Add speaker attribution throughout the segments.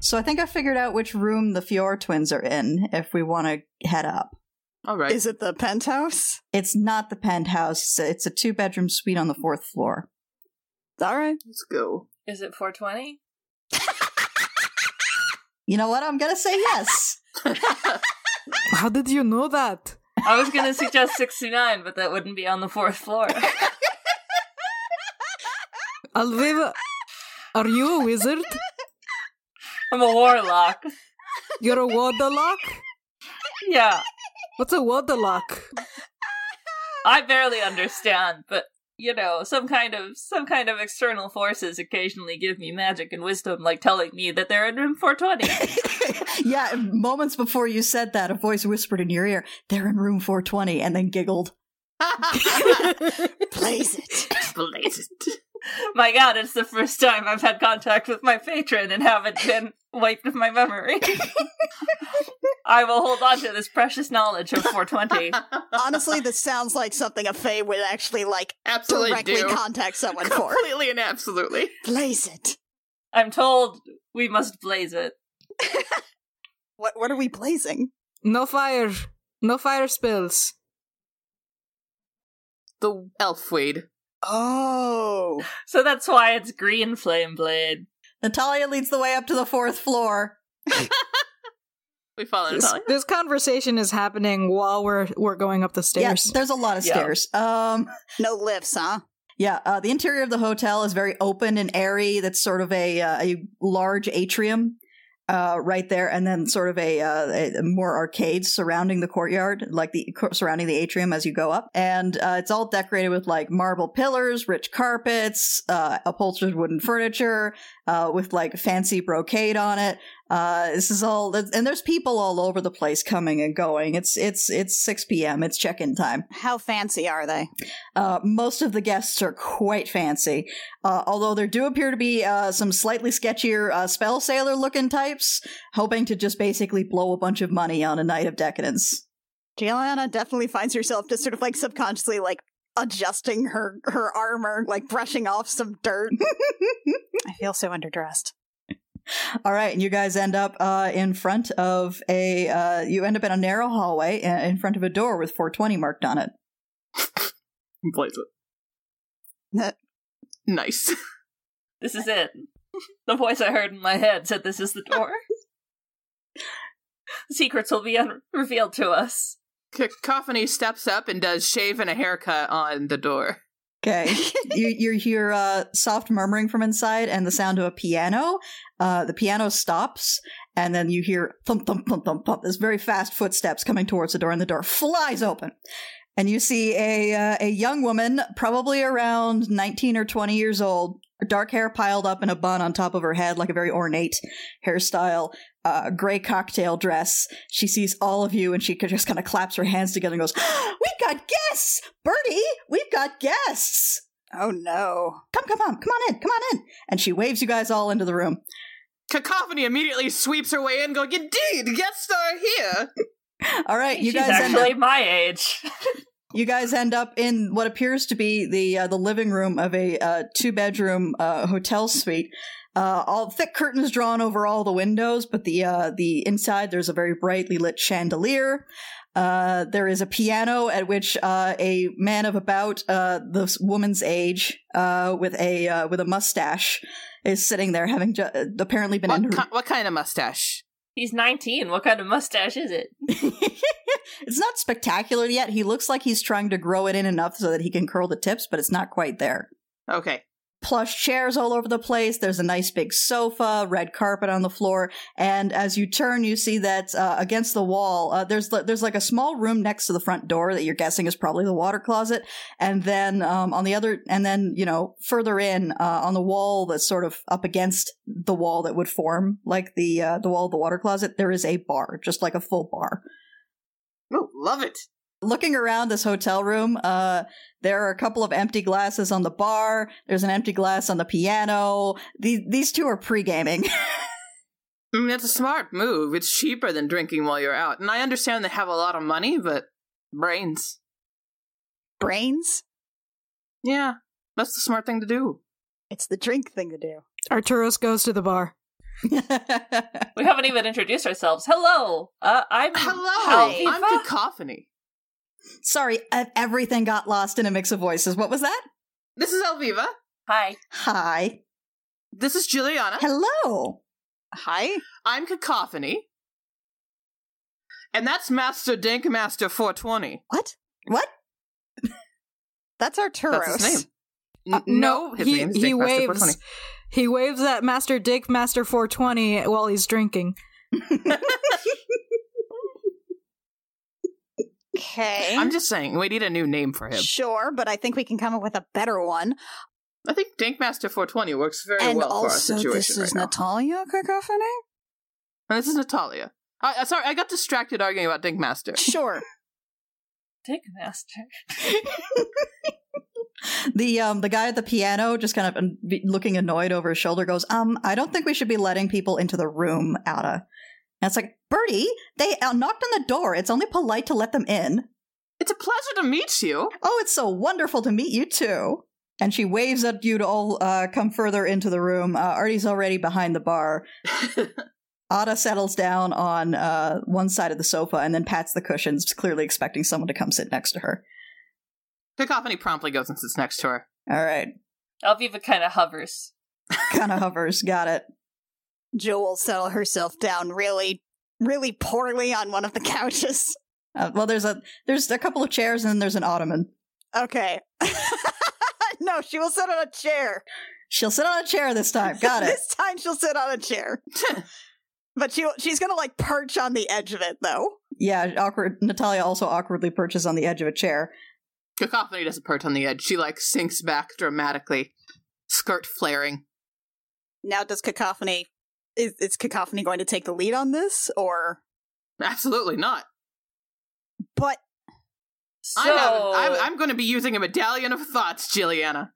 Speaker 1: So I think I figured out which room the Fior twins are in if we want to head up.
Speaker 2: All right.
Speaker 3: Is it the penthouse?
Speaker 1: It's not the penthouse, it's a two bedroom suite on the fourth floor.
Speaker 3: All right.
Speaker 2: Let's go.
Speaker 4: Is it 420?
Speaker 1: You know what? I'm going to say yes.
Speaker 5: How did you know that?
Speaker 4: I was going to suggest 69, but that wouldn't be on the fourth floor.
Speaker 5: Alviva, are you a wizard?
Speaker 4: I'm a warlock.
Speaker 5: You're a waterlock?
Speaker 4: Yeah,
Speaker 5: What's a waterlock?
Speaker 4: I barely understand, but you know, some kind of some kind of external forces occasionally give me magic and wisdom, like telling me that they're in room 420.
Speaker 1: yeah, moments before you said that, a voice whispered in your ear, they're in room 420, and then giggled.
Speaker 3: Blaze it.
Speaker 2: Blaze it.
Speaker 4: my God, it's the first time I've had contact with my patron and haven't been wiped of my memory. I will hold on to this precious knowledge of 420.
Speaker 3: Honestly, this sounds like something a Fae would actually like
Speaker 2: Absolutely
Speaker 3: directly
Speaker 2: do.
Speaker 3: contact someone for.
Speaker 2: Completely and absolutely.
Speaker 3: Blaze it.
Speaker 4: I'm told we must blaze it.
Speaker 3: What what are we blazing?
Speaker 5: No fire. No fire spells.
Speaker 2: The elf weed.
Speaker 3: Oh.
Speaker 4: So that's why it's green flame blade.
Speaker 1: Natalia leads the way up to the fourth floor.
Speaker 2: We follow
Speaker 5: This,
Speaker 2: Natalia.
Speaker 5: this conversation is happening while we're we're going up the stairs.
Speaker 1: Yeah, there's a lot of
Speaker 4: Yeah.
Speaker 1: stairs. Um,
Speaker 3: No lifts, huh?
Speaker 1: yeah, uh, the interior of the hotel is very open and airy. That's sort of a uh, a large atrium uh, right there, and then sort of a, uh, a more arcades surrounding the courtyard, like the cor- surrounding the atrium as you go up. And uh, it's all decorated with like marble pillars, rich carpets, uh, upholstered wooden furniture uh, with like fancy brocade on it. Uh, this is all, and there's people all over the place coming and going. It's it's it's 6 p.m. It's check-in time.
Speaker 3: How fancy are they?
Speaker 1: Uh, most of the guests are quite fancy, uh, although there do appear to be uh, some slightly sketchier uh, spell sailor looking types, hoping to just basically blow a bunch of money on a night of decadence.
Speaker 3: Giuliana definitely finds herself just sort of like subconsciously like adjusting her her armor, like brushing off some dirt. I feel so underdressed.
Speaker 1: All right, and you guys end up uh, in front of a uh, you end up in a narrow hallway uh, in front of a door with 420 marked on it.
Speaker 2: Blaze
Speaker 3: Nah.
Speaker 2: it. nice.
Speaker 4: This is it. The voice I heard in my head said this is the door. Secrets will be un- revealed to us.
Speaker 2: Cacophony steps up and does shave and a haircut on the door.
Speaker 1: Okay, you you hear uh, soft murmuring from inside and the sound of a piano. Uh, the piano stops, and then you hear thump thump thump thump thump. There's very fast footsteps coming towards the door, and the door flies open. And you see a uh, a young woman, probably around 19 or 20 years old, dark hair piled up in a bun on top of her head, like a very ornate hairstyle, uh, gray cocktail dress. She sees all of you, and she just kind of claps her hands together and goes, "We've got guests, Bertie! We've got guests!"
Speaker 3: Oh no.
Speaker 1: come, come on, come on in, come on in. And she waves you guys all into the room.
Speaker 2: Cacophony immediately sweeps her way in, going, Indeed, guests are here.
Speaker 1: All right, you
Speaker 4: She's
Speaker 1: guys end
Speaker 4: actually
Speaker 1: up,
Speaker 4: my age.
Speaker 1: you guys end up in what appears to be the uh, the living room of a uh, two bedroom uh, hotel suite. Uh, all thick curtains drawn over all the windows, but the uh, the inside there's a very brightly lit chandelier. Uh, there is a piano at which uh, a man of about uh, this woman's age, uh, with a uh, with a mustache, is sitting there, having ju- uh, apparently been
Speaker 2: What,
Speaker 1: in.
Speaker 2: ki- what kind of mustache?
Speaker 4: He's 19. What kind of mustache is it?
Speaker 1: it's not spectacular yet. He looks like he's trying to grow it in enough so that he can curl the tips, but it's not quite there.
Speaker 2: Okay.
Speaker 1: Plush chairs all over the place. There's a nice big sofa, red carpet on the floor, and as you turn, you see that uh, against the wall, uh, there's there's like a small room next to the front door that you're guessing is probably the water closet, and then um, on the other, and then you know further in uh, on the wall that's sort of up against the wall that would form like the uh, the wall of the water closet, there is a bar, just like a full bar
Speaker 2: Oh, love it.
Speaker 1: looking around this hotel room uh there are a couple of empty glasses on the bar there's an empty glass on the piano these these two are pre-gaming
Speaker 2: I mean, Mm, that's a smart move. It's cheaper than drinking while you're out. And I understand they have a lot of money, but brains.
Speaker 3: Brains?
Speaker 2: Yeah, that's the smart thing to do.
Speaker 3: It's the drink thing to do.
Speaker 5: Arturos goes to the bar.
Speaker 4: We haven't even introduced ourselves. Hello, uh, I'm
Speaker 2: Hello,
Speaker 4: Helviva.
Speaker 2: I'm Cacophony.
Speaker 1: Sorry, ev- everything got lost in a mix of voices. What was that?
Speaker 2: This is Elviva.
Speaker 4: Hi.
Speaker 1: Hi.
Speaker 2: This is Juliana.
Speaker 1: Hello.
Speaker 3: Hi.
Speaker 2: I'm Cacophony. And that's Master Dank Master 420.
Speaker 3: What?
Speaker 1: What?
Speaker 3: That's Arturos.
Speaker 2: That's his name.
Speaker 5: Uh,
Speaker 2: N- no, his
Speaker 5: he,
Speaker 2: name is
Speaker 5: he
Speaker 2: Dank Master
Speaker 5: waves.
Speaker 2: 420.
Speaker 5: He waves at Master Dick Master 420 while he's drinking.
Speaker 3: Okay.
Speaker 2: I'm just saying, we need a new name for him.
Speaker 3: Sure, but I think we can come up with a better one.
Speaker 2: I think Dank Master 420 works very
Speaker 3: and
Speaker 2: well for our
Speaker 3: also,
Speaker 2: situation
Speaker 3: this
Speaker 2: right
Speaker 3: is
Speaker 2: now.
Speaker 3: Natalia Cacophony?
Speaker 2: And this is Natalia. I, I- sorry, I got distracted arguing about Dank Master.
Speaker 3: Sure.
Speaker 4: Dig Master.
Speaker 1: the um the guy at the piano just kind of um, be- looking annoyed over his shoulder goes, "Um, I don't think we should be letting people into the room, Ada." And it's like, "Bertie, they uh, knocked on the door. It's only polite to let them in."
Speaker 2: It's a pleasure to meet you.
Speaker 1: Oh, it's so wonderful to meet you too. And she waves at you to all uh, come further into the room. Uh, Artie's already behind the bar. Ada settles down on uh, one side of the sofa and then pats the cushions, clearly expecting someone to come sit next to her.
Speaker 2: Cacophony promptly goes and sits next to her.
Speaker 1: All right,
Speaker 4: Elviva kind of hovers.
Speaker 1: kind of hovers. Got it.
Speaker 3: Joe will settle herself down really, really poorly on one of the couches.
Speaker 1: Uh, well, there's a there's a couple of chairs and then there's an ottoman.
Speaker 3: Okay. no, she will sit on a chair.
Speaker 1: She'll sit on a chair this time. Got it.
Speaker 3: this time she'll sit on a chair. But she she's gonna like perch on the edge of it though.
Speaker 1: Yeah, awkward. Natalia also awkwardly perches on the edge of a chair.
Speaker 2: Cacophony doesn't perch on the edge. She, like, sinks back dramatically, skirt flaring.
Speaker 3: Now does cacophony is, is cacophony going to take the lead on this or
Speaker 2: Absolutely not.
Speaker 3: but
Speaker 4: So
Speaker 2: I'm, having- I'm, I'm going to be using a medallion of thoughts, Juliana.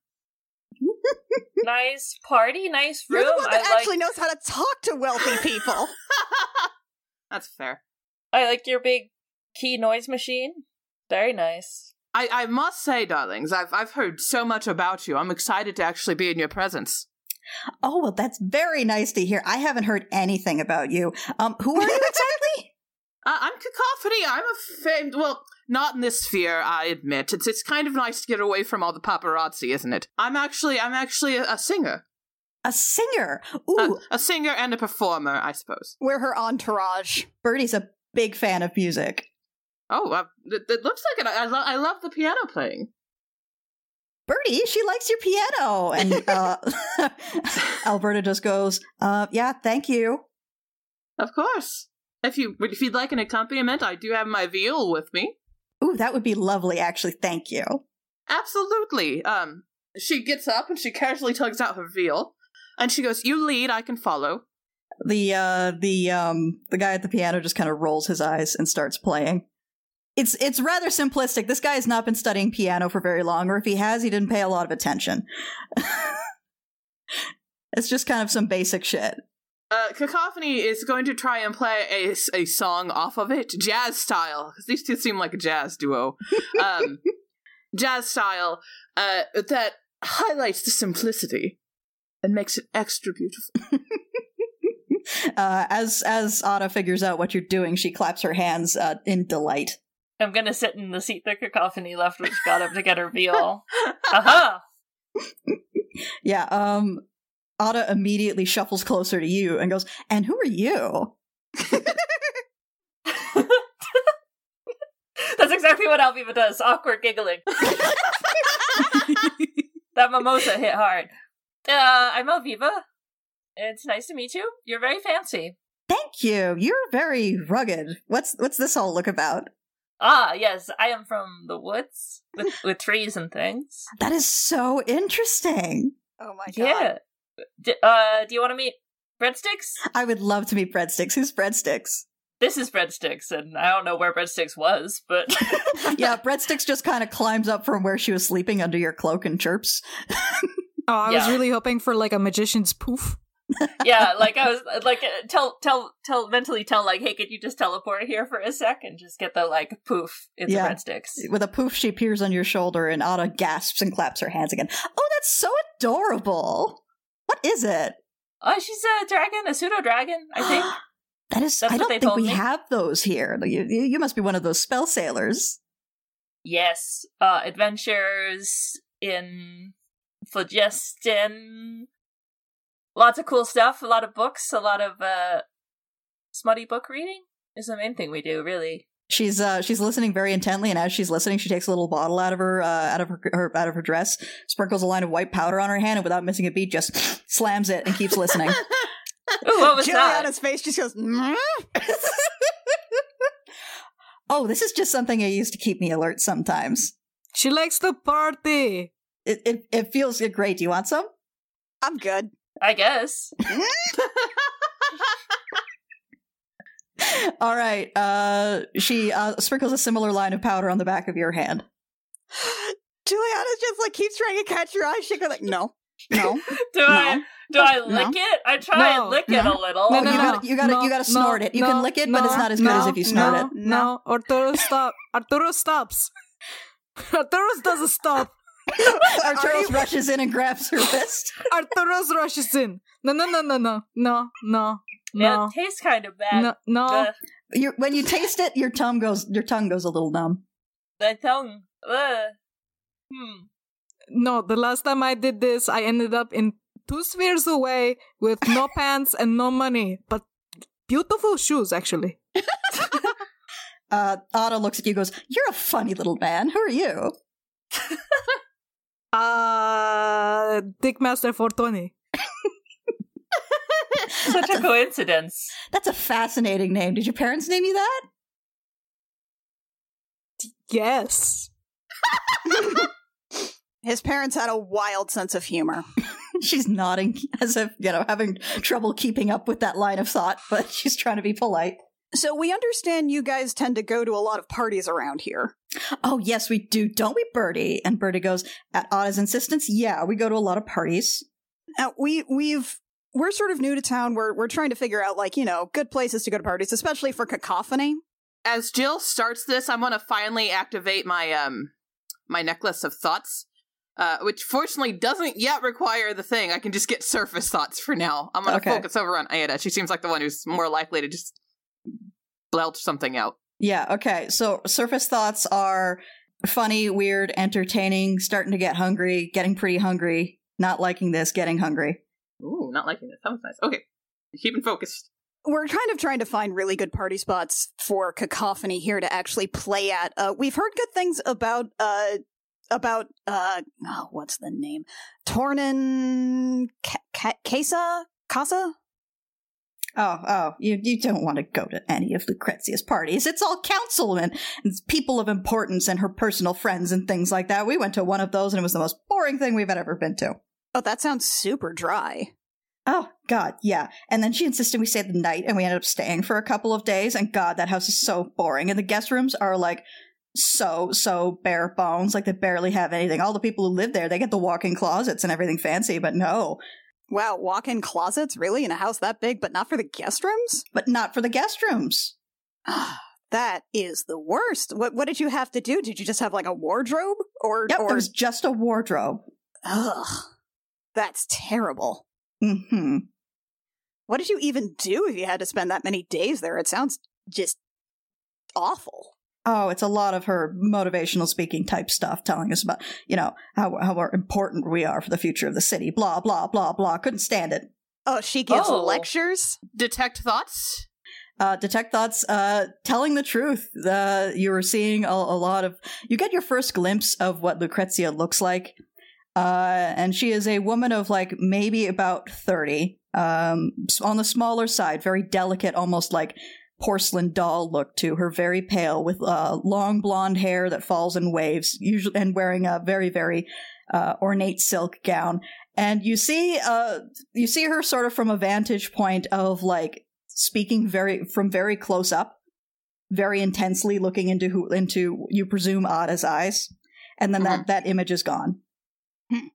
Speaker 4: nice party, nice
Speaker 3: you're
Speaker 4: room.
Speaker 3: the one that
Speaker 4: I
Speaker 3: actually
Speaker 4: like.
Speaker 3: knows how to talk to wealthy people.
Speaker 2: That's fair.
Speaker 4: I like your big key noise machine. Very nice.
Speaker 2: I, I must say, darlings, I've I've heard so much about you. I'm excited to actually be in your presence.
Speaker 1: Oh well, that's very nice to hear. I haven't heard anything about you. Um, who are you exactly?
Speaker 2: Uh, I'm cacophony. I'm a famed. Well, not in this sphere, I admit. It's it's kind of nice to get away from all the paparazzi, isn't it? I'm actually I'm actually a, a singer,
Speaker 1: A singer.
Speaker 2: a,
Speaker 1: Ooh,
Speaker 2: a singer and a performer, I suppose.
Speaker 3: We're her entourage.
Speaker 1: Bertie's a big fan of music.
Speaker 2: Oh, uh, it, it looks like it. I, I, lo- I love the piano playing.
Speaker 1: Bertie, she likes your piano. And uh, Alberta just goes, uh, yeah, thank you.
Speaker 2: Of course. If you if you'd like an accompaniment, I do have my viol with me.
Speaker 1: Ooh, that would be lovely, actually. Thank you.
Speaker 2: Absolutely. Um, she gets up and she casually tugs out her veil, and she goes, "You lead, I can follow."
Speaker 1: The uh, the um, the guy at the piano just kind of rolls his eyes and starts playing. It's it's rather simplistic. This guy has not been studying piano for very long, or if he has, he didn't pay a lot of attention. it's just kind of some basic shit.
Speaker 2: Uh, Cacophony is going to try and play a, a song off of it, jazz style, because these two seem like a jazz duo. Um, jazz style uh, that highlights the simplicity and makes it extra beautiful.
Speaker 1: Uh, as as Ada figures out what you're doing, she claps her hands uh, in delight.
Speaker 4: I'm gonna sit in the seat that Cacophony left when she got up to get her veal. Uh-huh. Aha!
Speaker 1: Yeah, um, Ada immediately shuffles closer to you and goes, "And who are you?"
Speaker 4: That's exactly what Alviva does. Awkward giggling. that mimosa hit hard. Uh, I'm Alviva. It's nice to meet you. You're very fancy.
Speaker 1: Thank you. You're very rugged. What's what's this all look about?
Speaker 4: Ah, yes, I am from the woods with, with trees and things.
Speaker 1: That is so interesting.
Speaker 3: Oh my god.
Speaker 4: Yeah. D- uh, do you want to meet breadsticks?
Speaker 1: I would love to meet breadsticks. Who's breadsticks?
Speaker 4: This is breadsticks, and I don't know where breadsticks was, but
Speaker 1: yeah, breadsticks just kind of climbs up from where she was sleeping under your cloak and chirps.
Speaker 5: Oh, I was
Speaker 4: Yeah.
Speaker 5: really hoping for like a magician's poof.
Speaker 4: yeah, like I was like uh, tell tell tell mentally tell like, hey, could you just teleport here for a sec and just get the like poof? It's
Speaker 1: Yeah.
Speaker 4: breadsticks.
Speaker 1: With a poof, she peers on your shoulder, and Ada gasps and claps her hands again. Oh, that's so adorable. What is it?
Speaker 4: Oh, she's a dragon, a pseudo dragon, I think.
Speaker 1: That is,
Speaker 4: That's
Speaker 1: I
Speaker 4: what
Speaker 1: don't
Speaker 4: they
Speaker 1: think
Speaker 4: told
Speaker 1: we
Speaker 4: me.
Speaker 1: have those here. You, you you must be one of those spell sailors.
Speaker 4: yes, uh, adventures in phlogiston. Lots of cool stuff. A lot of books. A lot of uh, smutty book reading is the main thing we do, really.
Speaker 1: She's uh, she's listening very intently, and as she's listening, she takes a little bottle out of her uh, out of her, her out of her dress, sprinkles a line of white powder on her hand, and without missing a beat, just slams it and keeps listening.
Speaker 4: Ooh, what was that?
Speaker 3: Juliana's face just goes, "Mm."
Speaker 1: oh, this is just something I used to keep me alert sometimes.
Speaker 5: She likes the party.
Speaker 1: It it, it feels great. Do you want some?
Speaker 3: I'm good.
Speaker 4: I guess.
Speaker 1: All right. Uh, she uh, sprinkles a similar line of powder on the back of your hand.
Speaker 3: Juliana just like keeps trying to catch your eye. She goes like, no, no.
Speaker 4: Do I
Speaker 3: No.
Speaker 4: do I
Speaker 3: No.
Speaker 4: lick it? I try
Speaker 5: No.
Speaker 4: and lick it a little.
Speaker 5: No,
Speaker 1: Oh,
Speaker 5: no,
Speaker 1: you
Speaker 5: no,
Speaker 1: gotta- you gotta-
Speaker 5: no,
Speaker 1: you gotta snort
Speaker 5: no,
Speaker 1: it. You can
Speaker 5: no,
Speaker 1: lick it, but it's
Speaker 5: no,
Speaker 1: not as good as
Speaker 5: no,
Speaker 1: if you snort
Speaker 5: no,
Speaker 1: it.
Speaker 5: No, Arturo stop. Arturo stops. Arturo doesn't stop.
Speaker 1: Arturos rushes in and grabs her wrist.
Speaker 5: Arturo rushes in. No, no, no, no, no, no, no, no,
Speaker 4: It tastes kind of bad.
Speaker 5: no, no.
Speaker 4: The,
Speaker 1: You, when you taste it, your tongue goes your tongue goes a little numb.
Speaker 4: the tongue. Ugh. Hmm.
Speaker 5: No, the last time I did this, I ended up in two spheres away with no pants and no money, but beautiful shoes, actually.
Speaker 1: Uh, Otto looks at you, and goes, "You're a funny little man. Who are you?"
Speaker 5: Uh, Dickmaster 420.
Speaker 4: Such a coincidence.
Speaker 1: That's a fascinating name. Did your parents name you that?
Speaker 5: Yes.
Speaker 3: His parents had a wild sense of humor.
Speaker 1: She's nodding as if you know having trouble keeping up with that line of thought, but she's trying to be polite.
Speaker 3: So we understand you guys tend to go to a lot of parties around here.
Speaker 1: Oh yes, we do, don't we, Bertie? And Bertie goes at Otto's insistence. Yeah, we go to a lot of parties.
Speaker 3: Now, Uh, we we've we're sort of new to town. We're we're trying to figure out like you know good places to go to parties, especially for cacophony.
Speaker 2: As Jill starts this, I'm gonna finally activate my um my necklace of thoughts. Uh, which fortunately doesn't yet require the thing. I can just get surface thoughts for now. I'm gonna
Speaker 1: Okay.
Speaker 2: focus over on Aida. She seems like the one who's more likely to just belt something out.
Speaker 1: Yeah, okay. So surface thoughts are funny, weird, entertaining, starting to get hungry, getting pretty hungry, not liking this, getting hungry.
Speaker 2: Ooh, not liking this. That was nice. Okay. Keeping focused.
Speaker 3: We're kind of trying to find really good party spots for cacophony here to actually play at. Uh, we've heard good things about uh about uh oh, what's the name Tornin Ca- Ca- Casa Casa.
Speaker 1: Oh, oh, you, you don't want to go to any of Lucrezia's parties. It's all councilmen and people of importance and her personal friends and things like that. We went to one of those and it was the most boring thing we've ever been to.
Speaker 3: Oh, that sounds super dry.
Speaker 1: Oh, God, yeah. And then she insisted we stay the night and we ended up staying for a couple of days. And God, that house is so boring. And the guest rooms are like so, so bare bones. Like they barely have anything. All the people who live there, they get the walk in closets and everything fancy, but no,
Speaker 3: Wow, walk-in closets really in a house that big, but not for the guest rooms.
Speaker 1: but not for the guest rooms.
Speaker 3: that is the worst. What what did you have to do? Did you just have like a wardrobe or
Speaker 1: Yep,
Speaker 3: or
Speaker 1: it was just a wardrobe.
Speaker 3: ugh, that's terrible.
Speaker 1: hmm.
Speaker 3: What did you even do if you had to spend that many days there? It sounds just awful.
Speaker 1: Oh, it's a lot of her motivational speaking type stuff, telling us about, you know, how, how important we are for the future of the city, blah, blah, blah, blah. Couldn't stand it.
Speaker 3: Oh, she gives
Speaker 4: Oh.
Speaker 3: lectures.
Speaker 2: Detect thoughts.
Speaker 1: uh, detect thoughts uh, telling the truth uh, you were seeing a, a lot of you get your first glimpse of what lucrezia looks like uh, and she is a woman of like maybe about 30 um, s- on the smaller side very delicate almost like porcelain doll look to her very pale with uh, long blonde hair that falls in waves usually and wearing a very very uh, ornate silk gown and you see uh, you see her sort of from a vantage point of like speaking very from very close up, very intensely looking into who into you presume Ada's eyes, and then that that image is gone.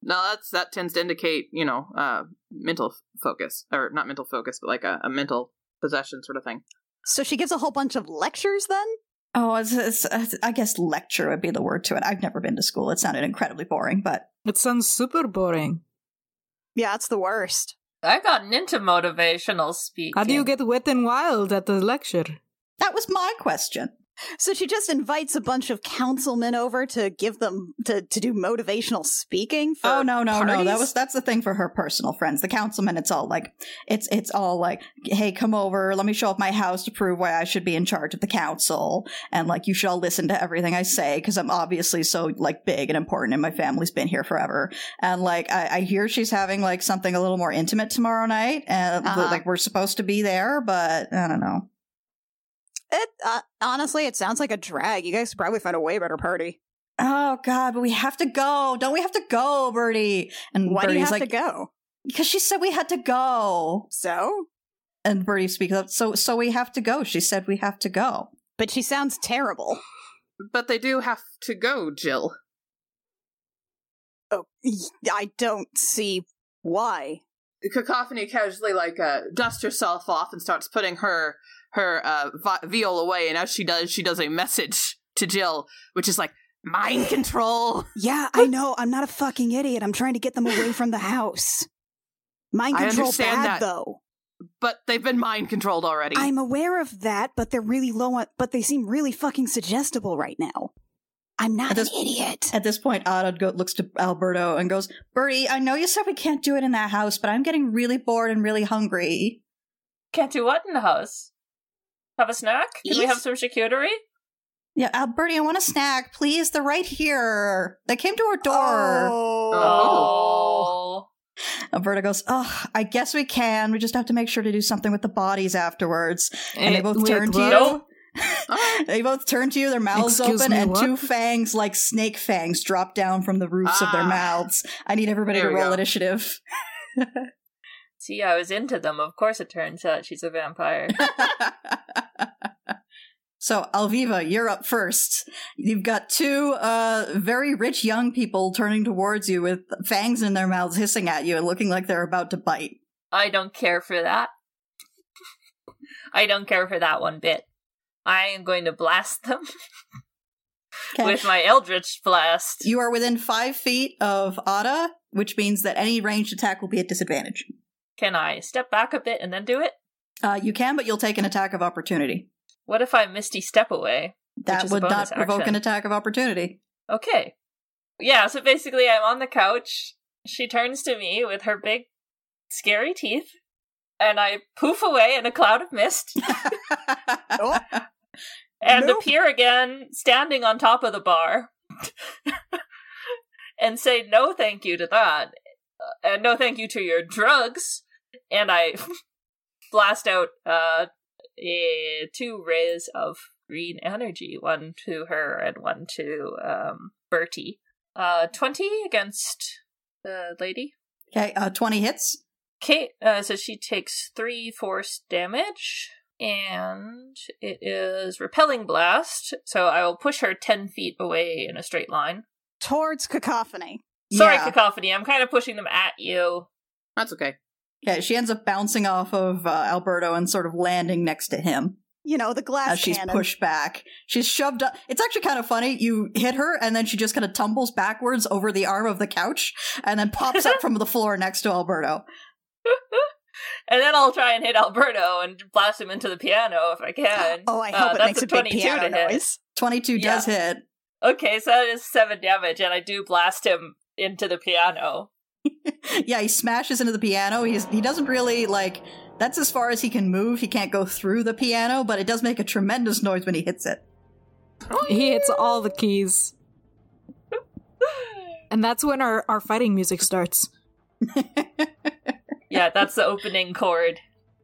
Speaker 2: Now that's that tends to indicate, you know, uh mental f- focus. Or not mental focus, but like a, a mental possession sort of thing.
Speaker 3: So she gives a whole bunch of lectures then?
Speaker 1: Oh, it's, it's, it's- I guess lecture would be the word to it. I've never been to school. It sounded incredibly boring, but
Speaker 5: It sounds super boring.
Speaker 3: Yeah, it's the worst.
Speaker 4: I gotten into motivational speaking.
Speaker 5: How do you get wet and wild at the lecture?
Speaker 1: That was my question.
Speaker 3: So she just invites a bunch of councilmen over to give them to, to do motivational speaking. For
Speaker 1: oh no no no! That
Speaker 3: parties?
Speaker 1: was that's the thing for her personal friends. The councilmen, it's all like, it's it's all like, hey, come over, let me show up my house to prove why I should be in charge of the council, and like you should all listen to everything I say because I'm obviously so like big and important, and my family's been here forever. And like I, I hear she's having like something a little more intimate tomorrow night, and
Speaker 3: Uh-huh.
Speaker 1: like we're supposed to be there, but I don't know.
Speaker 3: It uh, honestly, it sounds like a drag. You guys could probably find a way better party.
Speaker 1: Oh God, but we have to go. Don't we have to go, Bertie? And
Speaker 3: Why do you have
Speaker 1: Bertie's Mm, like,
Speaker 3: to go?
Speaker 1: because she said we had to go.
Speaker 3: So,
Speaker 1: And Bertie speaks up. So, so we have to go. She said we have to go.
Speaker 3: but she sounds terrible.
Speaker 2: But they do have to go, Jill.
Speaker 3: Oh, y- I don't see why.
Speaker 2: Cacophony casually like uh, dusts herself off and starts putting her her uh, vi- viol away, and as she does, she does a message to Jill, which is like mind control.
Speaker 3: Yeah, I know. I'm not a fucking idiot. I'm trying to get them away from the house. Mind
Speaker 2: I
Speaker 3: control
Speaker 2: understand
Speaker 3: bad
Speaker 2: that.
Speaker 3: though.
Speaker 2: But they've been mind controlled already.
Speaker 3: I'm aware of that, but they're really low on. But they seem really fucking suggestible right now. I'm not
Speaker 1: At this-
Speaker 3: an idiot.
Speaker 1: At this point, Otto go- looks to Alberto and goes, Bertie, I know you said we can't do it in that house, but I'm getting really bored and really hungry.
Speaker 4: Can't do what in the house? Have a snack? Can we
Speaker 1: Yes.
Speaker 4: have some charcuterie?
Speaker 1: Yeah, Alberti, I want a snack, please. They're right here. They came to our door.
Speaker 2: Oh.
Speaker 4: Oh.
Speaker 1: Alberto goes, Ugh, I guess we can. We just have to make sure to do something with the bodies afterwards. And they
Speaker 5: Eh,
Speaker 1: both
Speaker 5: wait,
Speaker 1: turn to
Speaker 5: what?
Speaker 1: you.
Speaker 4: Nope.
Speaker 2: Oh.
Speaker 1: they both turn to you, their mouths
Speaker 5: Excuse
Speaker 1: open,
Speaker 5: me,
Speaker 1: and
Speaker 5: what?
Speaker 1: two fangs like snake fangs drop down from the roofs of their
Speaker 2: Ah.
Speaker 1: mouths. I need everybody
Speaker 2: There
Speaker 1: to
Speaker 2: we
Speaker 1: roll
Speaker 2: go.
Speaker 1: initiative.
Speaker 4: See, I was into them. Of course, it turns out she's a vampire.
Speaker 1: so, Alviva, you're up first. You've got two uh, very rich young people turning towards you with fangs in their mouths, hissing at you and looking like they're about to bite.
Speaker 4: I don't care for that. I don't care for that one bit. I am going to blast them
Speaker 1: 'Kay.
Speaker 4: with my Eldritch Blast.
Speaker 1: you are within five feet of Ada, which means that any ranged attack will be at disadvantage.
Speaker 4: Can I step back a bit and then do it?
Speaker 1: Uh, you can, but you'll take an attack of opportunity.
Speaker 4: What if I Misty Step away?
Speaker 1: That
Speaker 4: is a
Speaker 1: would
Speaker 4: bonus
Speaker 1: not provoke
Speaker 4: action.
Speaker 1: an attack of opportunity.
Speaker 4: Okay. Yeah, so basically, I'm on the couch. She turns to me with her big, scary teeth, and I poof away in a cloud of mist
Speaker 3: Oh.
Speaker 4: and
Speaker 3: Nope.
Speaker 4: appear again, standing on top of the bar, and say no thank you to that, uh, and no thank you to your drugs. And I blast out uh, eh, two rays of green energy, one to her and one to um, Bertie. Uh, 20 against the lady.
Speaker 1: Okay, uh, 20 hits.
Speaker 4: Kate, uh, so she takes three force damage, and it is repelling blast. So I will push her ten feet away in a straight line.
Speaker 3: Towards cacophony.
Speaker 4: Sorry,
Speaker 1: Yeah.
Speaker 4: cacophony. I'm kind of pushing them at you.
Speaker 2: That's okay.
Speaker 1: Yeah, she ends up bouncing off of uh, Alberto and sort of landing next to him
Speaker 3: You know the glass
Speaker 1: as she's
Speaker 3: cannon.
Speaker 1: pushed back. She's shoved up. It's actually kind of funny. You hit her, and then she just kind of tumbles backwards over the arm of the couch and then pops up from the floor next to Alberto.
Speaker 4: And then I'll try and hit Alberto and blast him into the piano if I can.
Speaker 3: Oh, I
Speaker 4: Uh,
Speaker 3: hope it
Speaker 4: that's
Speaker 3: makes a big
Speaker 4: 22
Speaker 3: piano
Speaker 4: to hit.
Speaker 3: noise.
Speaker 1: 22 does hit.
Speaker 4: Okay, so that is seven damage, and I do blast him into the piano.
Speaker 1: yeah, he smashes into the piano. He's, he doesn't really like. That's as far as he can move. He can't go through the piano, but it does make a tremendous noise when he hits it.
Speaker 5: He hits all the keys. And that's when our, our fighting music starts.
Speaker 4: Yeah, that's the opening chord.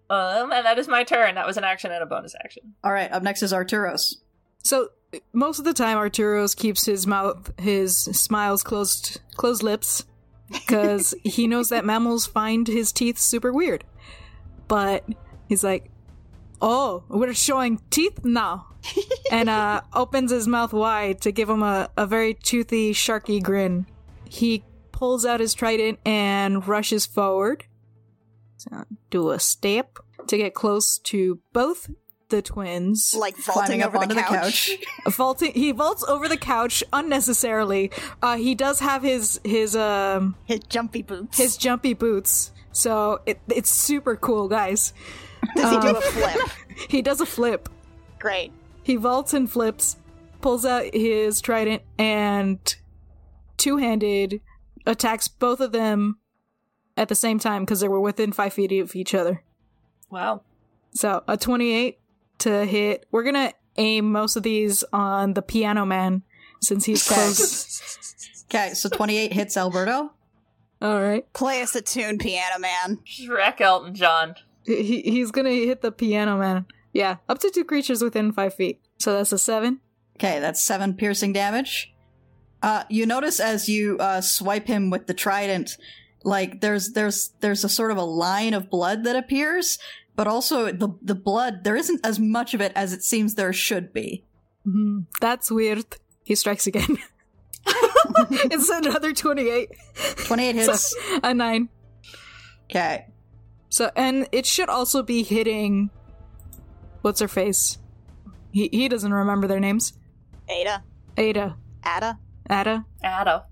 Speaker 4: Um, and that is my turn. That was an action and a bonus action.
Speaker 1: All right, up next is Arturos.
Speaker 5: So most of the time, Arturos keeps his mouth, his smiles closed, closed lips, because he knows that mammals find his teeth super weird. But he's like, "Oh, we're showing teeth now," and uh, opens his mouth wide to give him a, a very toothy, sharky grin. He pulls out his trident and rushes forward. So do a step to get close to both the twins.
Speaker 3: like vaulting
Speaker 1: climbing up
Speaker 3: over
Speaker 1: onto
Speaker 3: the couch.
Speaker 5: vaulting he vaults over the couch unnecessarily uh he does have his his um
Speaker 3: His jumpy boots.
Speaker 5: his jumpy boots so it, it's super cool guys
Speaker 3: Does he do a flip?
Speaker 5: he does a flip
Speaker 3: Great.
Speaker 5: he vaults and flips pulls out his trident and two-handed attacks both of them at the same time because they were within five feet of each other
Speaker 4: Wow.
Speaker 5: so a 28 to hit we're gonna aim most of these on the piano man since he's
Speaker 1: Okay.
Speaker 5: close
Speaker 1: Okay, so 28 hits Alberto.
Speaker 5: all right
Speaker 3: Play us a tune, piano man.
Speaker 4: Shrek Elton John.
Speaker 5: He, he's gonna hit the piano man. Yeah, up to two creatures within five feet. So that's a seven.
Speaker 1: Okay, that's seven piercing damage. Uh, you notice as you uh, swipe him with the trident, like there's there's there's a sort of a line of blood that appears, but also the the blood there isn't as much of it as it seems there should be.
Speaker 5: Mhm. That's weird. He strikes again. it's another twenty-eight.
Speaker 1: Twenty eight hits.
Speaker 5: A nine.
Speaker 1: Okay,
Speaker 5: So and it should also be hitting. What's her face? He he doesn't remember their names.
Speaker 3: Ada.
Speaker 5: Ada,
Speaker 3: Ada.
Speaker 5: Ada.
Speaker 4: Ada.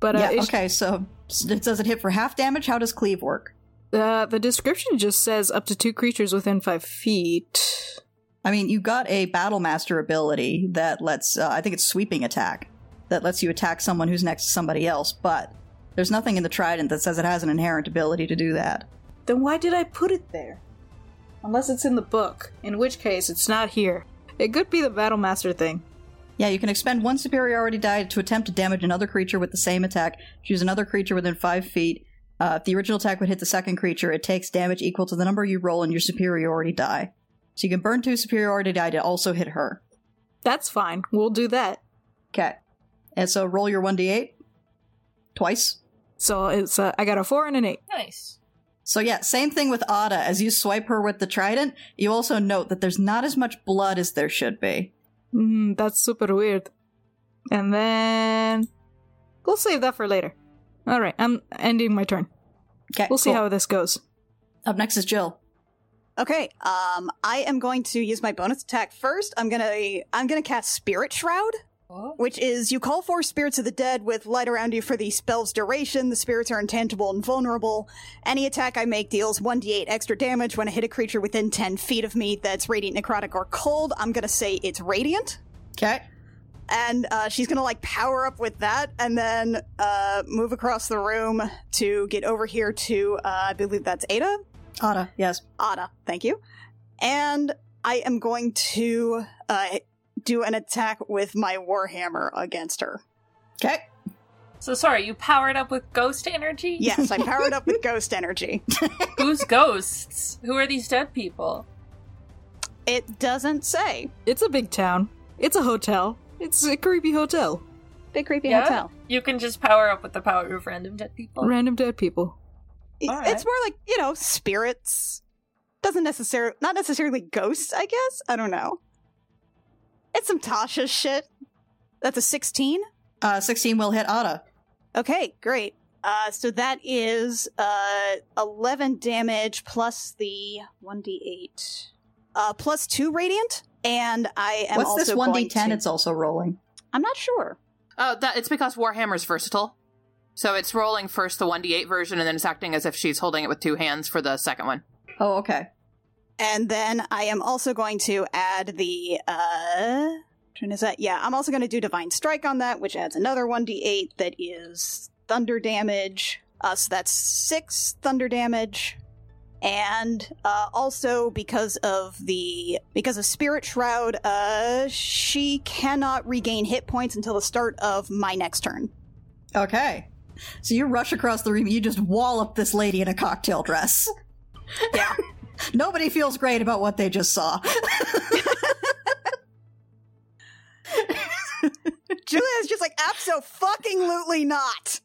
Speaker 5: But uh,
Speaker 1: yeah.
Speaker 5: it sh-
Speaker 1: Okay, so s- does it hit for half damage? How does cleave work?
Speaker 5: uh, the description just says up to two creatures within five feet.
Speaker 1: I mean, you got a battle master ability that lets uh, I think it's sweeping attack that lets you attack someone who's next to somebody else, but there's nothing in the trident that says it has an inherent ability to do that.
Speaker 5: Then why did I put it there? Unless it's in the book, in which case it's not here. It could be the Battlemaster thing.
Speaker 1: Yeah, you can expend one superiority die to attempt to damage another creature with the same attack. Choose another creature within five feet. Uh, if the original attack would hit the second creature, it takes damage equal to the number you roll on your superiority die. So you can burn two superiority die to also hit her.
Speaker 5: That's fine. We'll do that.
Speaker 1: Okay. And so roll your 1d8 twice.
Speaker 5: So it's uh, I got a four and an eight.
Speaker 4: Nice.
Speaker 1: So yeah, same thing with Ada. As you swipe her with the trident, you also note that there's not as much blood as there should be.
Speaker 5: Mm, that's super weird. And then we'll save that for later. All right, I'm ending my turn.
Speaker 1: Okay,
Speaker 5: We'll see
Speaker 1: cool.
Speaker 5: how this goes.
Speaker 1: Up next is Jill.
Speaker 3: Okay. Um, I am going to use my bonus attack first. I'm gonna I'm gonna cast Spirit Shroud, which is you call four spirits of the dead with light around you for the spell's duration. The spirits are intangible and vulnerable. Any attack I make deals 1d8 extra damage when I hit a creature within 10 feet of me that's radiant, necrotic, or cold. I'm gonna say it's radiant.
Speaker 1: Okay.
Speaker 3: and uh, she's gonna like power up with that and then uh, move across the room to get over here to uh, i believe that's ada
Speaker 1: Ada, yes.
Speaker 3: ada thank you and i am going to uh, do an attack with my warhammer against her
Speaker 1: Okay.
Speaker 4: So sorry, you powered up with ghost energy?
Speaker 3: yes i powered up with ghost energy
Speaker 4: Who's ghosts? Who are these dead people?
Speaker 3: it doesn't say
Speaker 5: It's a big town. It's a hotel. It's a creepy hotel.
Speaker 3: big creepy
Speaker 4: Yeah?
Speaker 3: hotel
Speaker 4: You can just power up with the power of random dead people.
Speaker 5: Random dead people.
Speaker 3: It-
Speaker 4: All
Speaker 3: it's
Speaker 4: right.
Speaker 3: more like you know spirits doesn't necessarily not necessarily ghosts i guess i don't know it's some tasha shit that's a 16
Speaker 1: Uh, 16 will hit Ada.
Speaker 3: Okay, great. Uh, so that is uh, 11 damage plus the 1d8. Uh, plus 2 radiant. And I am
Speaker 1: What's
Speaker 3: also
Speaker 1: this
Speaker 3: going
Speaker 1: 1d10
Speaker 3: to-
Speaker 1: it's also rolling?
Speaker 3: I'm not sure.
Speaker 2: Oh, that it's because Warhammer's versatile. So it's rolling first the 1d8 version and then it's acting as if she's holding it with two hands for the second one.
Speaker 1: Oh, okay.
Speaker 3: And then I am also going to add the. Uh, which one is that? Yeah, I'm also going to do Divine Strike on that, which adds another 1d8 that is thunder damage. Uh, so that's 6 thunder damage. And uh, also because of the because of Spirit Shroud, uh, she cannot regain hit points until the start of my next turn.
Speaker 1: Okay. So you rush across the room, you just wallop this lady in a cocktail dress.
Speaker 3: Yeah.
Speaker 1: Nobody feels great about what they just saw.
Speaker 3: Julia is just like abso fucking lutely not.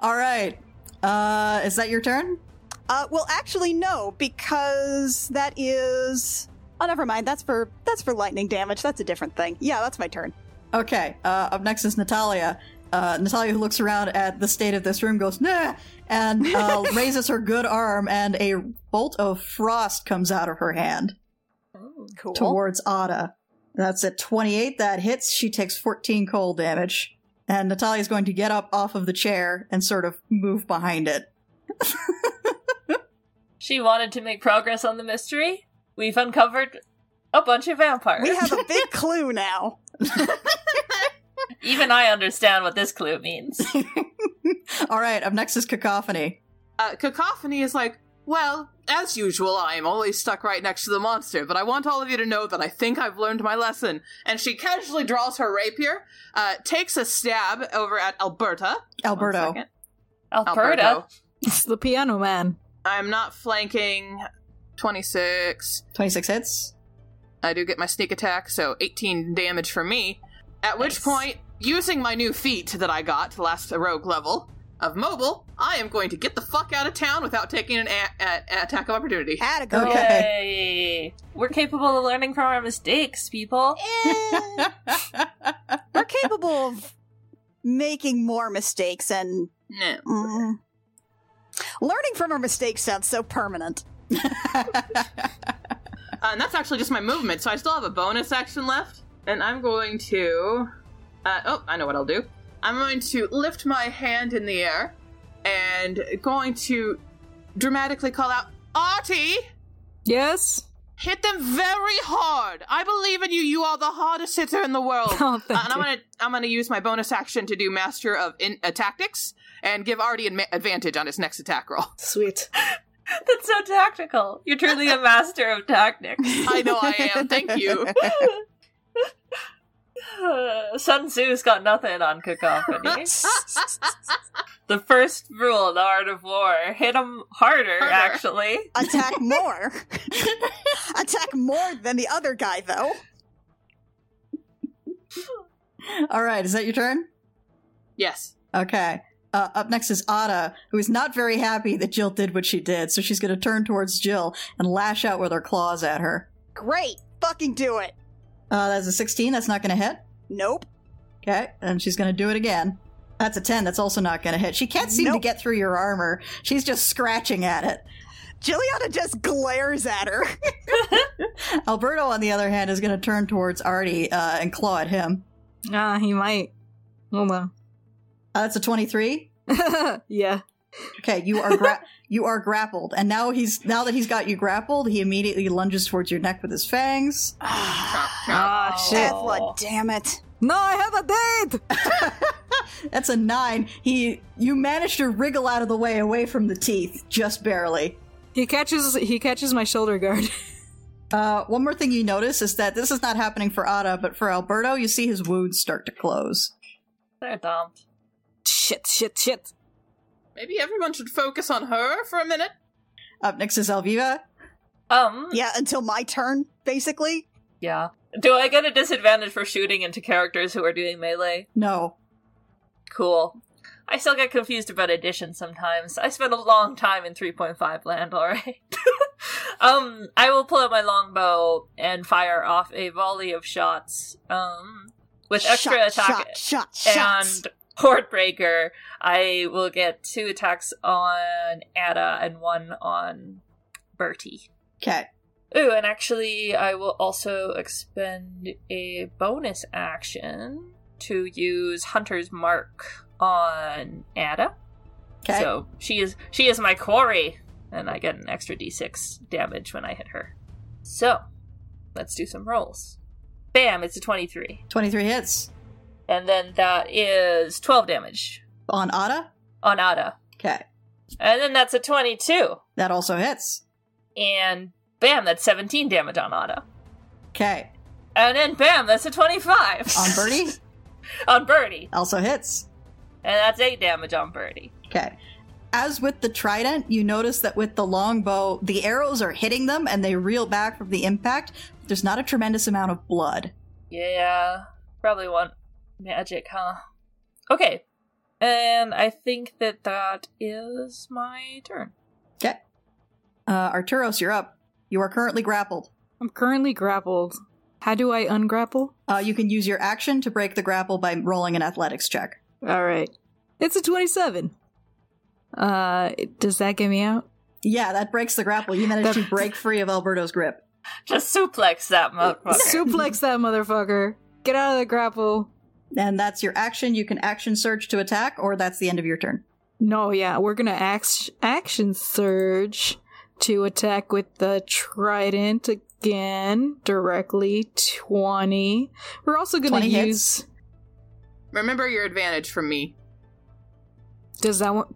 Speaker 1: All right. Uh, is that your turn?
Speaker 3: Uh, well, actually, no, because that is. Oh, never mind. That's for that's for lightning damage. That's a different thing. Yeah, that's my turn.
Speaker 1: Okay. Uh, up next is Natalia. Uh, Natalia, who looks around at the state of this room, goes, nah, and uh, raises her good arm, and a bolt of frost comes out of her hand.
Speaker 3: Cool.
Speaker 1: towards Ada. That's at 28. That hits. She takes 14 cold damage. And Natalia's going to get up off of the chair and sort of move behind it.
Speaker 4: She wanted to make progress on the mystery. We've uncovered a bunch of vampires.
Speaker 3: we have a big clue now.
Speaker 4: Even I understand what this clue means.
Speaker 1: All right, up next is Cacophony.
Speaker 2: Uh, Cacophony is like, well, as usual, I am always stuck right next to the monster, but I want all of you to know that I think I've learned my lesson. And she casually draws her rapier, uh, takes a stab over at Alberta. One
Speaker 1: Alberto.
Speaker 2: second.
Speaker 4: Alberta.
Speaker 5: It's the piano man.
Speaker 2: I'm not flanking 26.
Speaker 1: 26 hits.
Speaker 2: I do get my sneak attack, so 18 damage from me. At which
Speaker 4: Nice.
Speaker 2: point, using my new feat that I got last rogue level of mobile, I am going to get the fuck out of town without taking an a- a- attack of opportunity.
Speaker 3: Atta girl.
Speaker 1: Okay.
Speaker 4: Yay. We're capable of learning from our mistakes, people.
Speaker 3: Eh, We're capable of making more mistakes and
Speaker 2: No.
Speaker 3: mm, learning from our mistakes sounds so permanent.
Speaker 2: Uh, and that's actually just my movement, so I still have a bonus action left. And I'm going to. Uh, oh, I know what I'll do. I'm going to lift my hand in the air and going to dramatically call out, Artie!
Speaker 5: Yes?
Speaker 2: Hit them very hard. I believe in you. You are the hardest hitter in the world.
Speaker 5: Oh,
Speaker 2: Uh,
Speaker 5: thank
Speaker 2: and I'm
Speaker 5: you.
Speaker 2: gonna I'm gonna use my bonus action to do master of in, uh, tactics and give Artie an ma- advantage on his next attack roll.
Speaker 5: Sweet.
Speaker 4: That's so tactical. You're truly a master of tactics.
Speaker 2: I know I am. Thank you.
Speaker 4: Uh, Sun Tzu's got nothing on cacophony. the first rule in the art of war hit 'em harder,
Speaker 2: Harder.
Speaker 4: actually.
Speaker 3: Attack more. Attack more than the other guy, though.
Speaker 1: All right, is that your turn?
Speaker 2: Yes.
Speaker 1: Okay. Uh, up next is Ada, who is not very happy that Jill did what she did, so she's going to turn towards Jill and lash out with her claws at her.
Speaker 3: Great. Fucking do it.
Speaker 1: Uh, that's a 16. That's not going to hit.
Speaker 3: Nope.
Speaker 1: Okay, and she's going to do it again. That's a 10. That's also not going to hit. She can't seem to
Speaker 3: Nope.
Speaker 1: get through your armor. She's just scratching at it.
Speaker 3: Giuliana just glares at her.
Speaker 1: Alberto, on the other hand, is going to turn towards Artie uh, and claw at him.
Speaker 5: Ah, he might. Oh, Hold on.
Speaker 1: Uh, that's a 23.
Speaker 5: yeah.
Speaker 1: Okay, you are gra- you are grappled, and now he's now that he's got you grappled, he immediately lunges towards your neck with his fangs.
Speaker 5: Ah,
Speaker 4: Oh.
Speaker 5: shit.
Speaker 3: Ethla, damn it.
Speaker 5: No, I have a date!
Speaker 1: That's a nine. He you manage to wriggle out of the way away from the teeth, just barely.
Speaker 5: He catches he catches my shoulder guard.
Speaker 1: Uh, one more thing you notice is that this is not happening for Ada, but for Alberto, you see his wounds start to close.
Speaker 4: They're dumb.
Speaker 5: shit, shit, shit.
Speaker 2: Maybe everyone should focus on her for a minute.
Speaker 1: Up next is Alviva.
Speaker 4: Um,
Speaker 3: Yeah, until my turn, basically.
Speaker 4: yeah. Do I get a disadvantage for shooting into characters who are doing melee?
Speaker 1: No.
Speaker 4: Cool. I still get confused about addition sometimes. I spent a long time in 3.5 land, alright. um, I will pull out my longbow and fire off a volley of shots. Um, with extra
Speaker 3: shot,
Speaker 4: attack
Speaker 3: Shot, shot, shots.
Speaker 4: and Horde Breaker. I will get two attacks on Ada and one on Bertie.
Speaker 1: Okay.
Speaker 4: Ooh, and actually, I will also expend a bonus action to use Hunter's Mark on Ada.
Speaker 1: Okay.
Speaker 4: So she is she is my quarry, and I get an extra d6 damage when I hit her. So let's do some rolls. Bam! It's a twenty-three,
Speaker 1: 23 hits
Speaker 4: and then that is twelve damage
Speaker 1: on Ada.
Speaker 4: on Ada,
Speaker 1: Okay.
Speaker 4: and then that's a twenty-two,
Speaker 1: That also hits.
Speaker 4: and bam! That's seventeen damage on Ada,
Speaker 1: Okay.
Speaker 4: and then bam! That's a twenty-five
Speaker 5: Um,
Speaker 1: On Birdie.
Speaker 4: on Birdie,
Speaker 1: also hits.
Speaker 4: and that's eight damage on Birdie.
Speaker 1: Okay. As with the trident, you notice that with the longbow, the arrows are hitting them and they reel back from the impact. There's not a tremendous amount of blood.
Speaker 4: Yeah, probably want magic, huh? Okay, and I think that that is my turn.
Speaker 1: Okay. Uh, Arturos, you're up. You are currently grappled.
Speaker 5: I'm currently grappled. How do I ungrapple?
Speaker 1: Uh, you can use your action to break the grapple by rolling an athletics check.
Speaker 5: Alright. It's a twenty-seven. Uh does that get me out?
Speaker 1: Yeah, that breaks the grapple. You managed to
Speaker 5: That-
Speaker 1: break free of Alberto's grip.
Speaker 4: Just suplex that motherfucker.
Speaker 5: Suplex that motherfucker. Get out of the grapple.
Speaker 1: And that's your action. You can action surge to attack, or that's the end of your turn.
Speaker 5: No, yeah, we're gonna ax- action surge to attack with the trident again directly. Twenty. We're also gonna
Speaker 1: 20 hits.
Speaker 5: use.
Speaker 2: Remember your advantage from me.
Speaker 5: Does that one?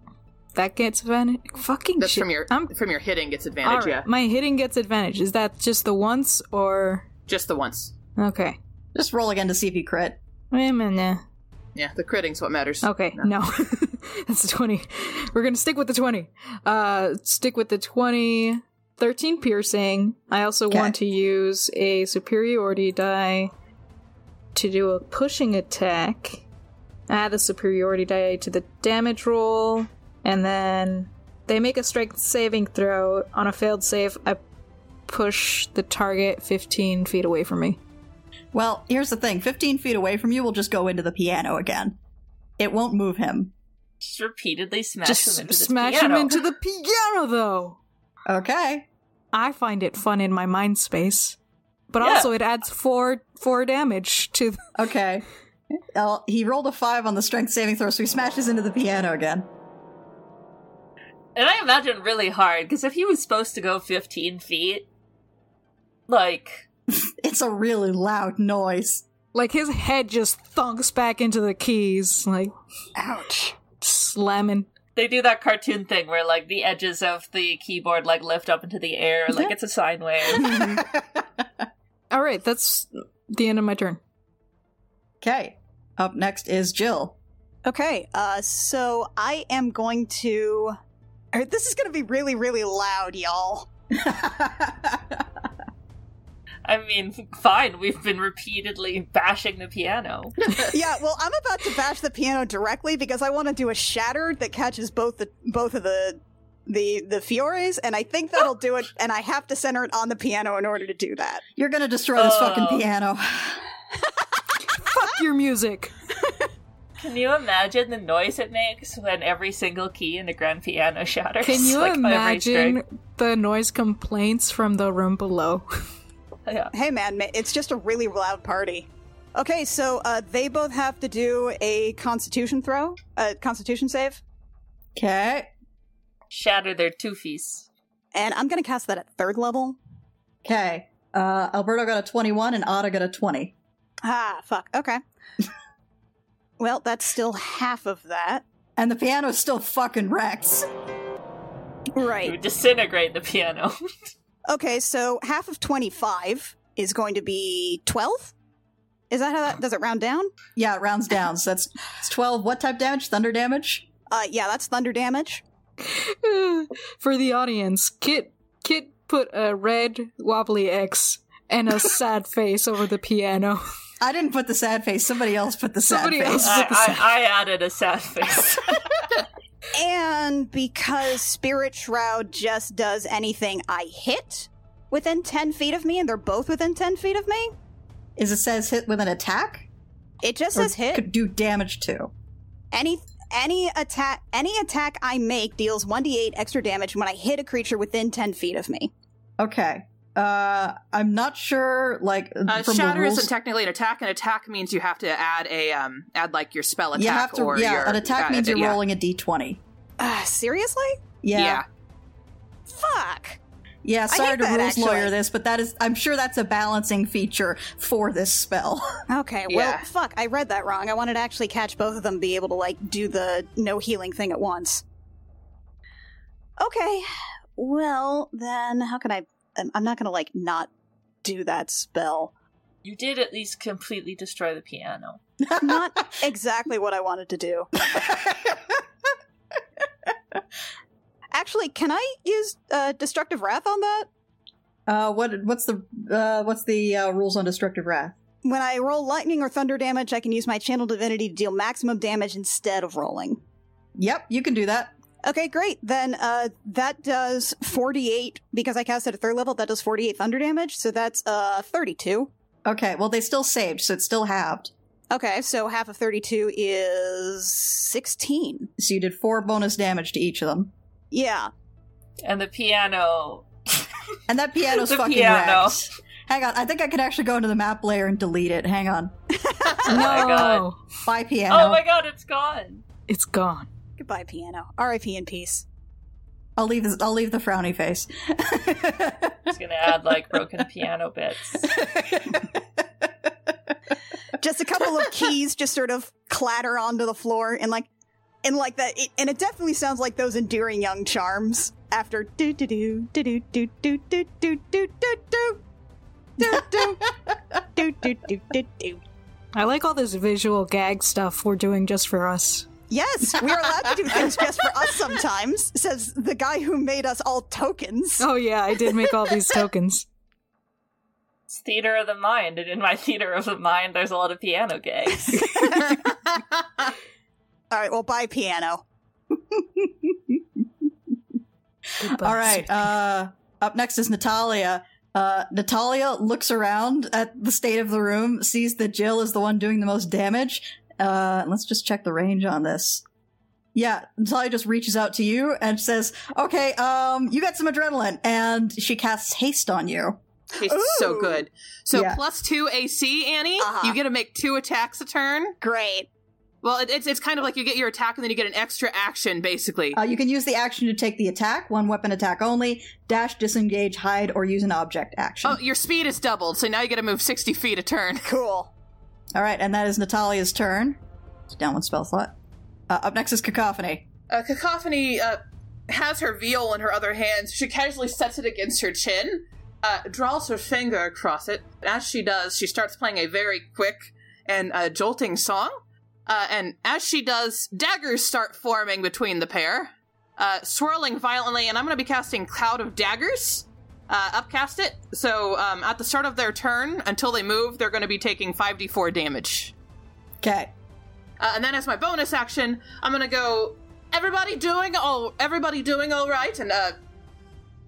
Speaker 5: That gets advantage. Fucking
Speaker 2: That's
Speaker 5: shit.
Speaker 2: from your
Speaker 5: I'm
Speaker 2: from your hitting gets
Speaker 5: all
Speaker 2: advantage.
Speaker 5: right.
Speaker 2: Yeah,
Speaker 5: My hitting gets advantage. Is that just the once or
Speaker 2: just the once.
Speaker 5: okay?
Speaker 1: Just roll again to see if you crit.
Speaker 5: Wait a minute.
Speaker 2: Yeah, the critting's what matters.
Speaker 1: Oh,
Speaker 5: Okay, no. That's a 20. We're going to stick with the 20. Uh stick with the 20 13 piercing. I also
Speaker 1: Okay.
Speaker 5: want to use a superiority die to do a pushing attack. Add a superiority die to the damage roll and then they make a strength saving throw. On a failed save, I push the target 15 feet away from me.
Speaker 1: Well, here's the thing 15 feet away from you will just go into the piano again. It won't move him.
Speaker 4: Just repeatedly smash
Speaker 5: Just
Speaker 4: him into
Speaker 5: smash
Speaker 4: this piano.
Speaker 5: him into the piano though.
Speaker 1: Okay.
Speaker 5: I find it fun in my mind space, but
Speaker 4: Yeah.
Speaker 5: also it adds four four damage to. The-
Speaker 1: Okay. Well, he rolled a five on the strength saving throw, so he smashes into the piano again.
Speaker 4: And I imagine really hard, because if he was supposed to go 15 feet, like,
Speaker 1: It's a really loud noise.
Speaker 5: like his head just thunks back into the keys, like
Speaker 3: Ouch.
Speaker 5: slamming.
Speaker 4: they do that cartoon thing where, like, the edges of the keyboard, like, lift up into the air, like it's a sine wave.
Speaker 5: All right, that's the end of my turn.
Speaker 1: Okay. Up next is Jill.
Speaker 3: Okay, uh, so I am going to. Uh, This is going to be really, really loud, y'all.
Speaker 4: I mean, fine, we've been repeatedly bashing the piano.
Speaker 3: yeah, well, I'm about to bash the piano directly because I want to do a shattered that catches both the both of the the the fiores, and I think that'll do it. And I have to center it on the piano in order to do that.
Speaker 1: You're gonna destroy this
Speaker 4: Oh.
Speaker 1: fucking piano.
Speaker 5: Fuck your music.
Speaker 4: Can you imagine the noise it makes when every single key in the grand piano shatters?
Speaker 5: Can you
Speaker 4: like, every
Speaker 5: imagine
Speaker 4: string?
Speaker 5: the noise complaints from the room below?
Speaker 4: Yeah.
Speaker 3: Hey, man, ma- it's just a really loud party. Okay, so uh, they both have to do a Constitution throw, a Constitution save,
Speaker 1: Okay.
Speaker 4: Shatter their toofies.
Speaker 3: and I'm going to cast that at third level.
Speaker 1: Okay. Uh, Alberto got a 21 and Ada got a 20.
Speaker 3: Ah, fuck. Okay. well, that's still half of that.
Speaker 1: And the piano's still fucking wrecked.
Speaker 4: You would
Speaker 3: Right.
Speaker 4: disintegrate the piano.
Speaker 3: Okay, so half of 25 is going to be 12? Is that how that does it round down?
Speaker 1: Yeah, it rounds down. So that's it's 12. What type damage? Thunder damage?
Speaker 3: Uh yeah, that's thunder damage.
Speaker 5: For the audience, Kit Kit put a red wobbly X and a sad face over the piano.
Speaker 1: I didn't put the sad face. Somebody else put the sad
Speaker 5: Somebody
Speaker 1: face.
Speaker 5: else.
Speaker 4: I, I, I added a sad face.
Speaker 3: And because Spirit Shroud just does anything I hit within 10 feet of me and they're both within 10 feet of me,
Speaker 1: Is it says hit with an attack?
Speaker 3: it just
Speaker 1: Or
Speaker 3: says hit.
Speaker 1: Could do damage to.
Speaker 3: Any any attack any attack I make deals 1d8 extra damage when I hit a creature within 10 feet of me.
Speaker 1: Okay. Uh, I'm not sure, like,
Speaker 2: Uh,
Speaker 1: from
Speaker 2: shatter
Speaker 1: the rules.
Speaker 2: isn't technically an attack. An attack means you have to add a um add like your spell attack
Speaker 1: you have to,
Speaker 2: or
Speaker 1: yeah,
Speaker 2: your,
Speaker 1: an attack
Speaker 2: uh,
Speaker 1: means you're
Speaker 2: yeah.
Speaker 1: rolling a d20.
Speaker 3: Uh, seriously?
Speaker 1: Yeah.
Speaker 2: Yeah.
Speaker 1: Yeah,
Speaker 3: Fuck.
Speaker 1: sorry
Speaker 3: hate
Speaker 1: to
Speaker 3: that,
Speaker 1: rules
Speaker 3: actually.
Speaker 1: lawyer this, but that is, I'm sure that's a balancing feature for this spell.
Speaker 3: Okay, well,
Speaker 2: Yeah.
Speaker 3: fuck, I read that wrong. I wanted to actually catch both of them, be able to, like, do the no healing thing at once. Okay, well, then, how can I. um, I'm I'm not gonna, like, not do that spell.
Speaker 4: you did at least completely destroy the piano.
Speaker 3: Not exactly what I wanted to do. Actually, can I use uh, Destructive Wrath on that?
Speaker 1: Uh, what what's the uh, what's the uh, rules on destructive wrath?
Speaker 3: When I roll lightning or thunder damage, I can use my channel divinity to deal maximum damage instead of rolling.
Speaker 1: Yep, you can do that.
Speaker 3: Okay, great. Then uh, that does 48, because I cast it at third level, that does 48 thunder damage, so that's uh, 32.
Speaker 1: Okay, well they still saved, so it's still halved.
Speaker 3: Okay, so half of 32 is 16.
Speaker 1: So you did four bonus damage to each of them.
Speaker 3: Yeah.
Speaker 4: And the piano oh
Speaker 1: And that piano's
Speaker 4: The
Speaker 1: fucking
Speaker 4: piano.
Speaker 1: wrecked. Hang on, I think I can actually go into the map layer and delete it. Hang on.
Speaker 5: No,
Speaker 4: Oh my God.
Speaker 1: Bye, piano.
Speaker 4: Oh my god, it's gone.
Speaker 5: it's gone.
Speaker 3: Goodbye, piano. R.I.P. in peace.
Speaker 1: I'll leave. This, I'll leave the frowny face.
Speaker 4: I'm just gonna add like broken piano bits.
Speaker 3: Just a couple of keys just sort of clatter onto the floor and like, and like that. It, and it definitely sounds like those enduring young charms after do do do do do do do do do do do do do do do do do do do.
Speaker 5: I like all this visual gag stuff we're doing just for us.
Speaker 3: Yes, we're allowed to do things just for us sometimes, says the guy who made us all tokens.
Speaker 5: Oh yeah, I did make all these tokens.
Speaker 4: It's theater of the mind, and in my theater of the mind, there's a lot of piano gags.
Speaker 3: All right, well, bye, piano.
Speaker 5: Goodbye,
Speaker 1: All right.
Speaker 5: sir.
Speaker 1: Uh, up next is Natalia. Uh, Natalia looks around at the state of the room, sees that Jill is the one doing the most damage. Uh, let's just check the range on this. Yeah, Natalia just reaches out to you and says, "Okay, um, you got some adrenaline," and she casts haste on you.
Speaker 2: Tastes so
Speaker 3: Ooh.
Speaker 2: good. So
Speaker 1: Yeah.
Speaker 2: plus two AC, Annie.
Speaker 3: Uh-huh.
Speaker 2: You get to make two attacks a turn.
Speaker 3: Great.
Speaker 2: Well, it, it's it's kind of like you get your attack and then you get an extra action, basically.
Speaker 1: Uh, you can use the action to take the attack, one weapon attack only, dash, disengage, hide, or use an object action.
Speaker 2: oh, your speed is doubled, so now you get to move sixty feet a turn.
Speaker 3: Cool.
Speaker 1: All right, and that is Natalia's turn. Down one spell slot. Uh, up next is Cacophony.
Speaker 2: Uh, Cacophony uh, has her viol in her other hand. so She casually sets it against her chin, uh, draws her finger across it. As she does, she starts playing a very quick and uh, jolting song. Uh, and as she does, daggers start forming between the pair, uh, swirling violently. And I'm going to be casting Cloud of Daggers. Uh, upcast it. So um, at the start of their turn, until they move, they're going to be taking 5d4 damage.
Speaker 1: Okay.
Speaker 2: Uh, and then as my bonus action, I'm gonna go. Everybody doing all. Everybody doing all right. And uh,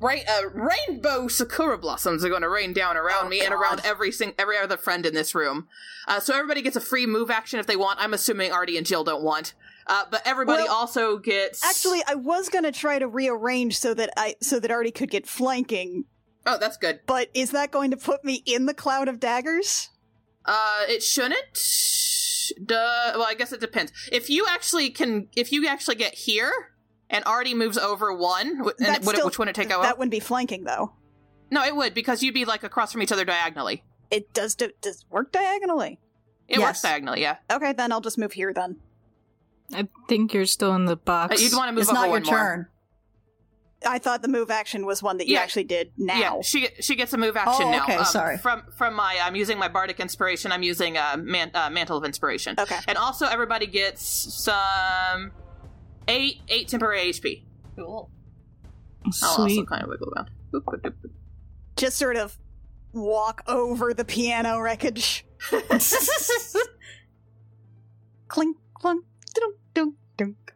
Speaker 2: right, uh, rainbow sakura blossoms are gonna rain down around
Speaker 3: Oh,
Speaker 2: me and around every sing- every other friend in this room. Uh, so everybody gets a free move action if they want. I'm assuming Artie and Jill don't want. Uh, but everybody
Speaker 3: Well,
Speaker 2: also gets
Speaker 3: Actually, I was gonna try to rearrange so that I so that Artie could get flanking,
Speaker 2: Oh, that's good.
Speaker 3: but is that going to put me in the cloud of daggers?
Speaker 2: Uh, it shouldn't. Duh. Well, I guess it depends. If you actually can, if you actually get here and Artie moves over one, wh- and
Speaker 3: That's
Speaker 2: would it,
Speaker 3: still-
Speaker 2: which one would it take out?
Speaker 3: That wouldn't be flanking though.
Speaker 2: No, it would because you'd be like across from each other diagonally.
Speaker 3: It does do, does work diagonally.
Speaker 2: It
Speaker 1: Yes.
Speaker 2: works diagonally, yeah.
Speaker 3: Okay, then I'll just move here then.
Speaker 5: I think you're still in the
Speaker 2: Uh,
Speaker 5: box.
Speaker 2: you'd want to move
Speaker 1: it's
Speaker 2: over
Speaker 1: not your
Speaker 2: one more.
Speaker 1: turn.
Speaker 3: I thought the move action was one that you
Speaker 2: Yeah.
Speaker 3: actually did now.
Speaker 2: Yeah, she she gets a move action
Speaker 1: Oh,
Speaker 2: now.
Speaker 1: okay,
Speaker 2: um,
Speaker 1: sorry.
Speaker 2: From from my, I'm using my bardic inspiration. I'm using uh, man, uh, mantle of inspiration,
Speaker 3: Okay.
Speaker 2: and also everybody gets some eight eight temporary HP.
Speaker 4: cool.
Speaker 2: I'll also
Speaker 5: Sweet.
Speaker 2: kind of wiggle around. Boop, boop, boop, boop.
Speaker 3: Just sort of walk over the piano wreckage. Clink clunk. Dunk dunk dunk.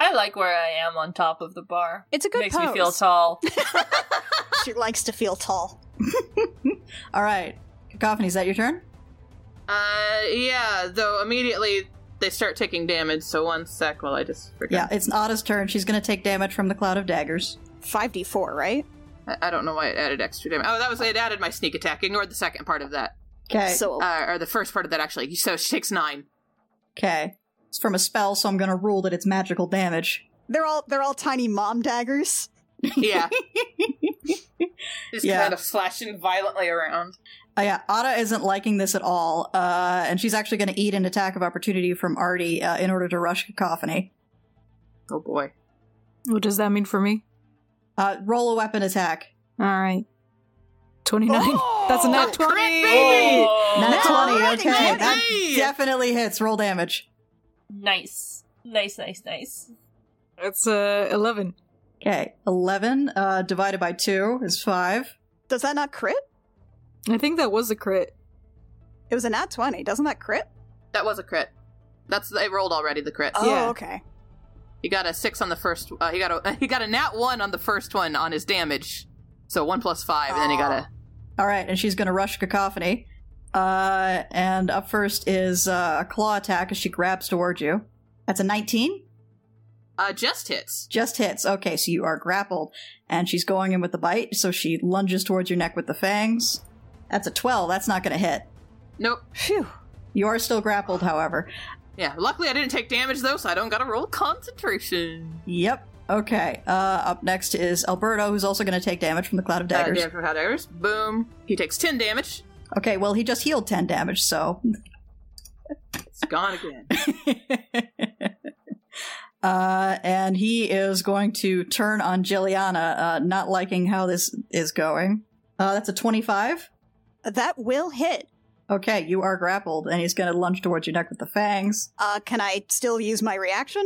Speaker 4: I like where I am on top of the bar.
Speaker 3: It's a good
Speaker 4: Makes
Speaker 3: pose.
Speaker 4: me feel tall.
Speaker 3: she likes to feel tall.
Speaker 1: All right. Cacophony, is that your turn?
Speaker 2: Uh, yeah. Though immediately they start taking damage. So one sec while I just forget.
Speaker 1: Yeah, it's Nada's turn. She's going to take damage from the cloud of daggers.
Speaker 3: Five D four, right?
Speaker 2: I, I don't know why it added extra damage. Oh, that was it added my sneak attack. Ignored the second part of that,
Speaker 1: Okay.
Speaker 3: So
Speaker 2: uh, or the first part of that actually. So she takes nine.
Speaker 1: Okay. It's from a spell, so I'm going to rule that it's magical damage.
Speaker 3: they're all they're all tiny mom daggers.
Speaker 2: Yeah. Just
Speaker 1: Yeah.
Speaker 2: kind of slashing violently around.
Speaker 1: Uh, yeah, Ada isn't liking this at all, uh, and she's actually going to eat an attack of opportunity from Artie uh, in order to rush Cacophony.
Speaker 2: Oh boy.
Speaker 5: What does that mean for me?
Speaker 1: Uh, roll a weapon attack.
Speaker 5: All right, twenty-nine. That's a nat
Speaker 2: Oh, crit,
Speaker 5: twenty.
Speaker 2: baby!
Speaker 4: Oh.
Speaker 1: Nat 20,
Speaker 3: Alrighty,
Speaker 1: okay.
Speaker 3: man.
Speaker 1: That
Speaker 2: Hey!
Speaker 1: definitely hits. Roll damage.
Speaker 4: Nice. Nice, nice, nice.
Speaker 5: That's uh eleven.
Speaker 1: Okay, 11 uh, divided by 2 is 5.
Speaker 3: Does that not crit?
Speaker 5: I think that was a crit.
Speaker 3: It was a nat twenty. Doesn't that crit?
Speaker 2: That was a crit. That's they rolled already the crit.
Speaker 3: Oh,
Speaker 5: Yeah.
Speaker 3: okay.
Speaker 2: He got a six on the first. Uh, he got a he got a nat one on the first one on his damage. So one plus five, and then he got a.
Speaker 1: All right, and she's going to rush Cacophony. Uh, and up first is uh, a claw attack as she grabs towards you. That's a 19.
Speaker 2: Uh, just hits.
Speaker 1: Just hits. Okay, so you are grappled, and she's going in with the bite, so she lunges towards your neck with the fangs. That's a 12. That's not going to hit.
Speaker 2: Nope.
Speaker 3: Phew.
Speaker 1: You are still grappled, however.
Speaker 2: Yeah. Luckily, I didn't take damage though, so I don't got to roll concentration.
Speaker 1: Yep. Okay. Uh, up next is Alberto, who's also going to take damage from the cloud of
Speaker 2: Uh,
Speaker 1: daggers.
Speaker 2: damage from hot daggers. Boom. He takes ten damage.
Speaker 1: Okay. Well, he just healed ten damage, so
Speaker 2: It's gone again.
Speaker 1: uh, and he is going to turn on Jilliana, uh, not liking how this is going. Uh, that's a 25.
Speaker 3: That will hit.
Speaker 1: Okay, you are grappled, and he's going to lunge towards your neck with the fangs.
Speaker 3: Uh, can I still use my reaction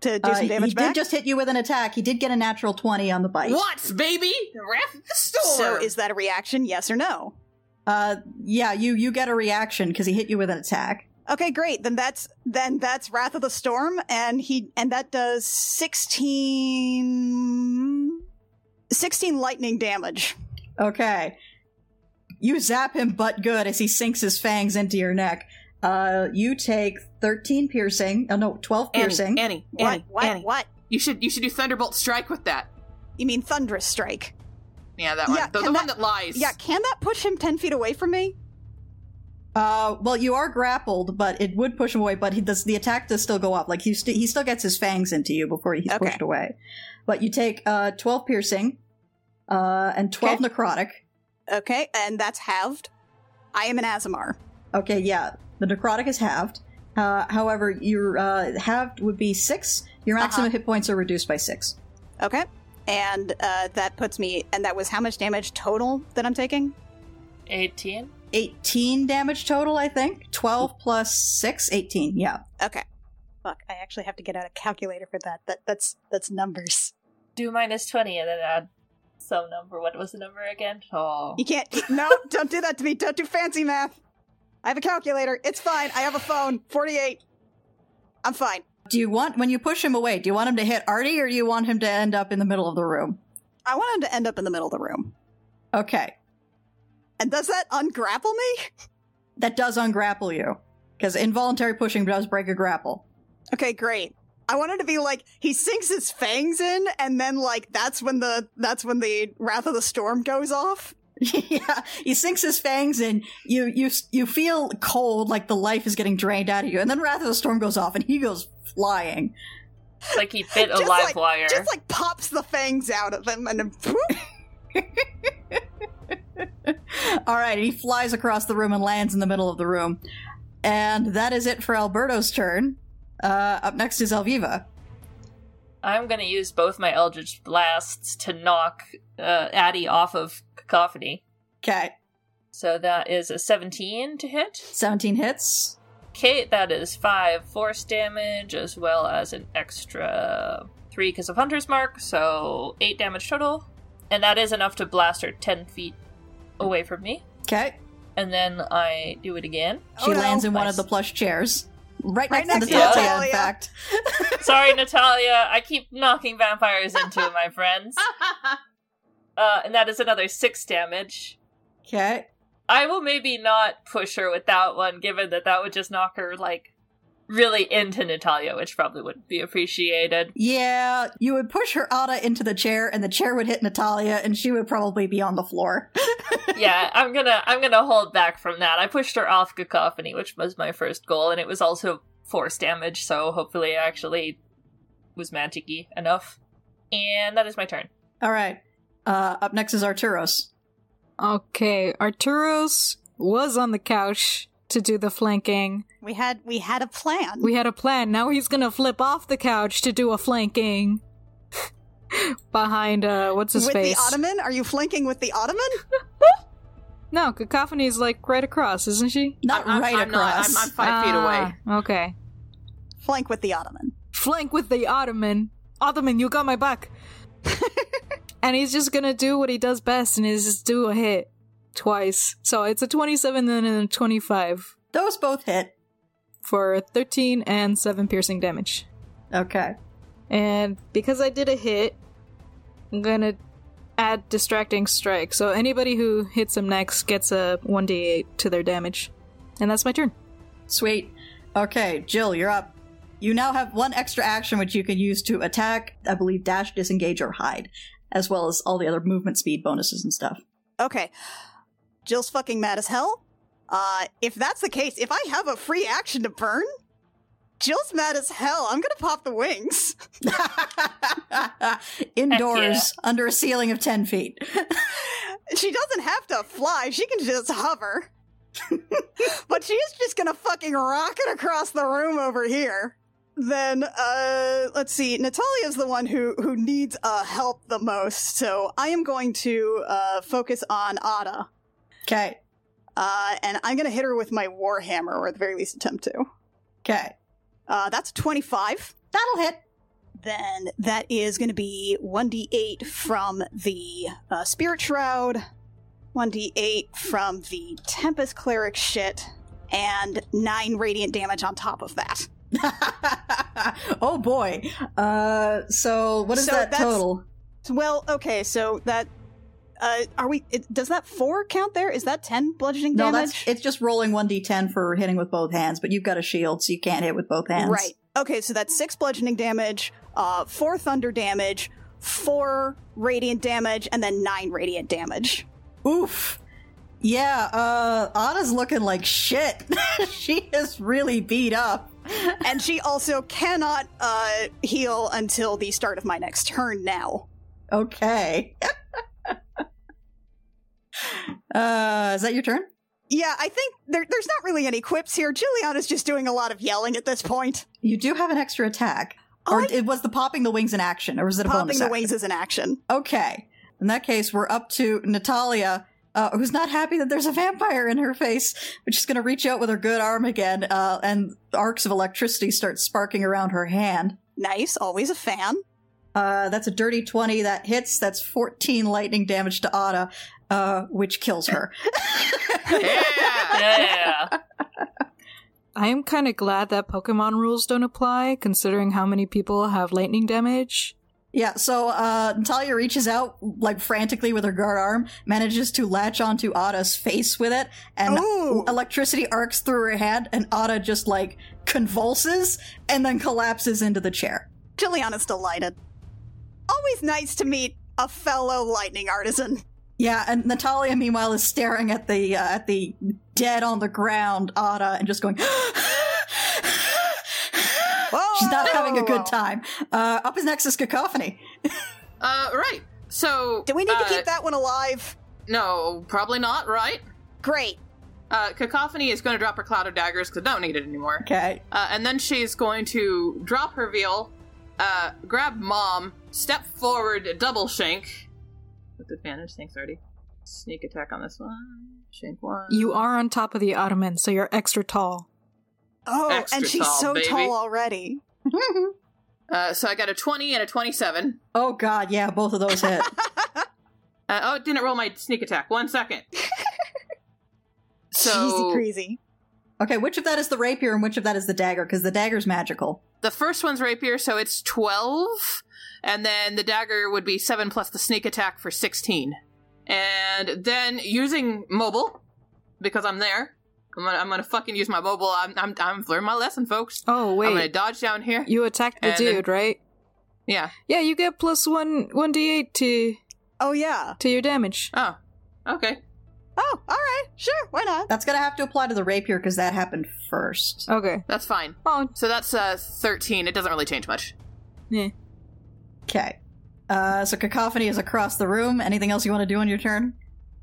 Speaker 3: to do
Speaker 1: Uh,
Speaker 3: some
Speaker 1: he
Speaker 3: damage back?
Speaker 1: did just hit you with an attack. He did get a natural 20 on the bite.
Speaker 2: what, baby? The wrath of the storm.
Speaker 3: so is that a reaction? Yes or no?
Speaker 1: Uh, yeah, you, you get a reaction because he hit you with an attack.
Speaker 3: Okay, great. Then that's then that's Wrath of the Storm, and he and that does 16, 16 lightning damage.
Speaker 1: Okay. You zap him but good as he sinks his fangs into your neck. Uh, you take 13 piercing. Oh, no, 12
Speaker 2: Annie,
Speaker 1: piercing.
Speaker 2: Annie,
Speaker 3: What?
Speaker 2: Annie,
Speaker 3: what?
Speaker 2: Annie.
Speaker 3: What?
Speaker 2: You should you should do thunderbolt strike with that.
Speaker 3: You mean Thunderous Strike?
Speaker 2: Yeah, that one.
Speaker 3: Yeah,
Speaker 2: the the
Speaker 3: can
Speaker 2: one that lies.
Speaker 3: Yeah. Can that push him ten feet away from me?
Speaker 1: Uh, well, you are grappled, but it would push him away. But he does the attack does still go up. Like he st- he still gets his fangs into you before he's
Speaker 3: Okay.
Speaker 1: pushed away. But you take uh twelve piercing, uh, and twelve necrotic.
Speaker 3: Okay, and that's halved. I am an Azamar.
Speaker 1: Okay, yeah, the necrotic is halved. Uh, however, your uh, halved would be six. Your maximum hit points are reduced by six.
Speaker 3: Okay, and uh, that puts me. And that was how much damage total that I'm taking?
Speaker 4: 18.
Speaker 1: 18 damage total, I think. 12 plus 6, 18. Yeah.
Speaker 3: Okay. Fuck, I actually have to get out a calculator for that. That that's that's numbers.
Speaker 4: Do minus 20 and then add some number. What was the number again? Oh.
Speaker 3: You can't. No, don't do that to me. Don't do fancy math. I have a calculator. It's fine. I have a phone. Forty-eight. I'm fine.
Speaker 1: Do you want, when you push him away, do you want him to hit Artie or do you want him to end up in the middle of the room?
Speaker 3: I want him to end up in the middle of the room.
Speaker 1: Okay.
Speaker 3: And does that ungrapple me?
Speaker 1: that does ungrapple you because involuntary pushing does break a grapple.
Speaker 3: Okay, great. I wanted to be like he sinks his fangs in, and then like that's when the that's when the wrath of the storm goes off.
Speaker 1: yeah, he sinks his fangs in. You you you feel cold, like the life is getting drained out of you. And then Wrath of the Storm goes off, and he goes flying.
Speaker 4: Like he bit a
Speaker 3: Just
Speaker 4: live
Speaker 3: like-
Speaker 4: wire.
Speaker 3: Just like pops the fangs out of him, and then whoop,
Speaker 1: All right, and he flies across the room and lands in the middle of the room. And that is it for Alberto's turn. Uh, up next is Elviva.
Speaker 4: I'm gonna use both my Eldritch Blasts to knock uh, Addy off of Cacophony.
Speaker 1: Okay,
Speaker 4: So that is a 17 to hit.
Speaker 1: seventeen hits.
Speaker 4: Okay, that is 5 force damage, as well as an extra 3 because of Hunter's Mark, so 8 damage total. And that is enough to blast her 10 feet away from me.
Speaker 1: Okay,
Speaker 4: And then I do it again.
Speaker 1: she
Speaker 3: Oh, no.
Speaker 1: lands in one
Speaker 4: Nice.
Speaker 1: of the plush chairs, right,
Speaker 3: Right
Speaker 1: next to
Speaker 4: next to
Speaker 1: Natalia. In
Speaker 3: Natalia.
Speaker 1: fact,
Speaker 4: Sorry, Natalia, I keep knocking vampires into it, my friends. Uh, and that is another 6 damage.
Speaker 1: okay.
Speaker 4: I will maybe not push her with that one, given that that would just knock her like really into Natalia, which probably wouldn't be appreciated.
Speaker 1: Yeah, you would push her Ada into the chair, and the chair would hit Natalia, and she would probably be on the floor.
Speaker 4: yeah, I'm gonna I'm gonna hold back from that. I pushed her off cacophony, which was my first goal, and it was also force damage, so hopefully it actually was magicy enough. And that is my turn.
Speaker 1: All right. Uh, up next is Arturos.
Speaker 5: Okay, Arturos was on the couch to do the flanking.
Speaker 3: we had we had a plan.
Speaker 5: We had a plan. Now he's gonna flip off the couch to do a flanking behind uh, what's his
Speaker 3: with
Speaker 5: face?
Speaker 3: the ottoman? Are you flanking with the ottoman?
Speaker 5: No, cacophony's like right across, isn't she?
Speaker 1: Not
Speaker 2: I'm,
Speaker 1: right
Speaker 2: I'm not-
Speaker 1: across.
Speaker 2: I'm, I'm 5 feet away.
Speaker 5: Ah, Okay.
Speaker 3: Flank with the ottoman.
Speaker 5: flank with the ottoman ottoman you got my back and he's just gonna do what he does best and is just do a hit twice so it's a 27 and then a 25
Speaker 1: Those both hit.
Speaker 5: for 13 and 7 piercing damage
Speaker 1: Okay.
Speaker 5: and because i did a hit i'm gonna add distracting strike so anybody who hits him next gets a 1d8 to their damage and that's my turn
Speaker 1: Sweet. Okay, Jill, you're up. You now have one extra action which you can use to attack, I believe, dash, disengage, or hide, as well as all the other movement speed bonuses and stuff.
Speaker 3: Okay. Jill's fucking mad as hell. Uh, if that's the case, if I have a free action to burn, Jill's mad as hell. I'm gonna pop the wings.
Speaker 1: Indoors, under a ceiling of 10 feet.
Speaker 3: She doesn't have to fly, she can just hover. but she is just gonna fucking rocket across the room over here. Then uh let's see, Natalia's the one who who needs uh help the most, so I am going to uh focus on Ada.
Speaker 1: Okay,
Speaker 3: Uh and I'm gonna hit her with my warhammer, or at the very least attempt to.
Speaker 1: okay.
Speaker 3: Uh that's twenty-five.
Speaker 1: That'll hit.
Speaker 3: Then that is going to be 1d8 from the uh, Spirit Shroud, 1d8 from the Tempest Cleric shit, and 9 radiant damage on top of that.
Speaker 1: oh boy. Uh, so what is
Speaker 3: So
Speaker 1: that
Speaker 3: that's-
Speaker 1: total?
Speaker 3: So, Well, okay, so that. Uh, are we. It, does that 4 count there? Is that 10 bludgeoning
Speaker 1: No,
Speaker 3: damage?
Speaker 1: that's it's just rolling one d10 for hitting with both hands, but you've got a shield, so you can't hit with both hands.
Speaker 3: Right. Okay, so that's 6 bludgeoning damage, uh, 4 thunder damage, 4 radiant damage, and then 9 radiant damage.
Speaker 1: Oof. Yeah. Uh, Anna's looking like shit. she is really beat up.
Speaker 3: and she also cannot uh, heal until the start of my next turn now.
Speaker 1: Okay. uh, is that your turn?
Speaker 3: Yeah, I think there, there's not really any quips here. Juliana's just doing a lot of yelling at this point.
Speaker 1: You do have an extra attack. Or it was the popping the wings in action, or was it a
Speaker 3: Popping
Speaker 1: bonus
Speaker 3: the
Speaker 1: action?
Speaker 3: wings is an action.
Speaker 1: Okay. In that case, we're up to Natalia, uh, who's not happy that there's a vampire in her face, but she's going to reach out with her good arm again, uh, and arcs of electricity start sparking around her hand.
Speaker 3: Nice, always a fan.
Speaker 1: Uh, that's a dirty 20 that hits. That's 14 lightning damage to Ada, uh, which kills her.
Speaker 2: Yeah.
Speaker 4: Yeah.
Speaker 5: I am kind of glad that Pokemon rules don't apply, considering how many people have lightning damage.
Speaker 1: Yeah, so uh, Natalia reaches out, like frantically with her guard arm, manages to latch onto Ada's face with it, and
Speaker 3: Ooh.
Speaker 1: electricity arcs through her hand, and Ada just like convulses and then collapses into the chair.
Speaker 3: Juliana's delighted. Always nice to meet a fellow lightning artisan.
Speaker 1: Yeah, and Natalia meanwhile is staring at the uh, at the dead on the ground Ada and just going.
Speaker 3: Whoa!
Speaker 1: She's not having a
Speaker 3: Oh!
Speaker 1: good time. Uh, up is next is cacophony.
Speaker 2: Uh, right. So
Speaker 3: Do we need to
Speaker 2: uh,
Speaker 3: keep that one alive?
Speaker 2: No, probably not. Right.
Speaker 3: Great.
Speaker 2: Uh, Cacophony is going to drop her cloud of daggers because don't need it anymore.
Speaker 1: Okay,
Speaker 2: Uh, and then she's going to drop her veal, uh, grab mom, step forward, double shank. With advantage, thanks, already. Sneak attack on this one. Shank one.
Speaker 5: You are on top of the ottoman, so you're extra tall.
Speaker 3: Oh,
Speaker 2: Extra
Speaker 3: and she's
Speaker 2: tall,
Speaker 3: so
Speaker 2: baby.
Speaker 3: tall already.
Speaker 2: Uh, so I got a 20 and a 27.
Speaker 1: Oh god, yeah, both of those hit.
Speaker 2: Uh, oh, it didn't roll my sneak attack. One second.
Speaker 3: Cheesy
Speaker 2: so
Speaker 3: crazy.
Speaker 1: okay, which of that is the rapier and which of that is the dagger? Because the dagger's magical.
Speaker 2: the first one's rapier, so it's 12. And then the dagger would be 7 plus the sneak attack for 16. And then using mobile, because I'm there, I'm gonna, I'm gonna fucking use my mobile. I'm, I'm, I'm learning my lesson, folks.
Speaker 5: Oh
Speaker 2: I'm gonna
Speaker 5: wait,
Speaker 2: dodge down here.
Speaker 5: you attacked the
Speaker 2: And then-
Speaker 5: dude, right?
Speaker 2: yeah.
Speaker 5: Yeah, you get plus one one d eight to
Speaker 3: Oh, yeah.
Speaker 5: to your damage.
Speaker 2: Oh, okay.
Speaker 3: Oh, all right. Sure. Why not?
Speaker 1: That's gonna have to apply to the rapier because that happened first.
Speaker 5: Okay.
Speaker 2: That's fine.
Speaker 5: Oh,
Speaker 2: So that's uh, 13. It doesn't really change much.
Speaker 5: yeah.
Speaker 1: Okay. Uh, so cacophony is across the room. Anything else you want to do on your turn?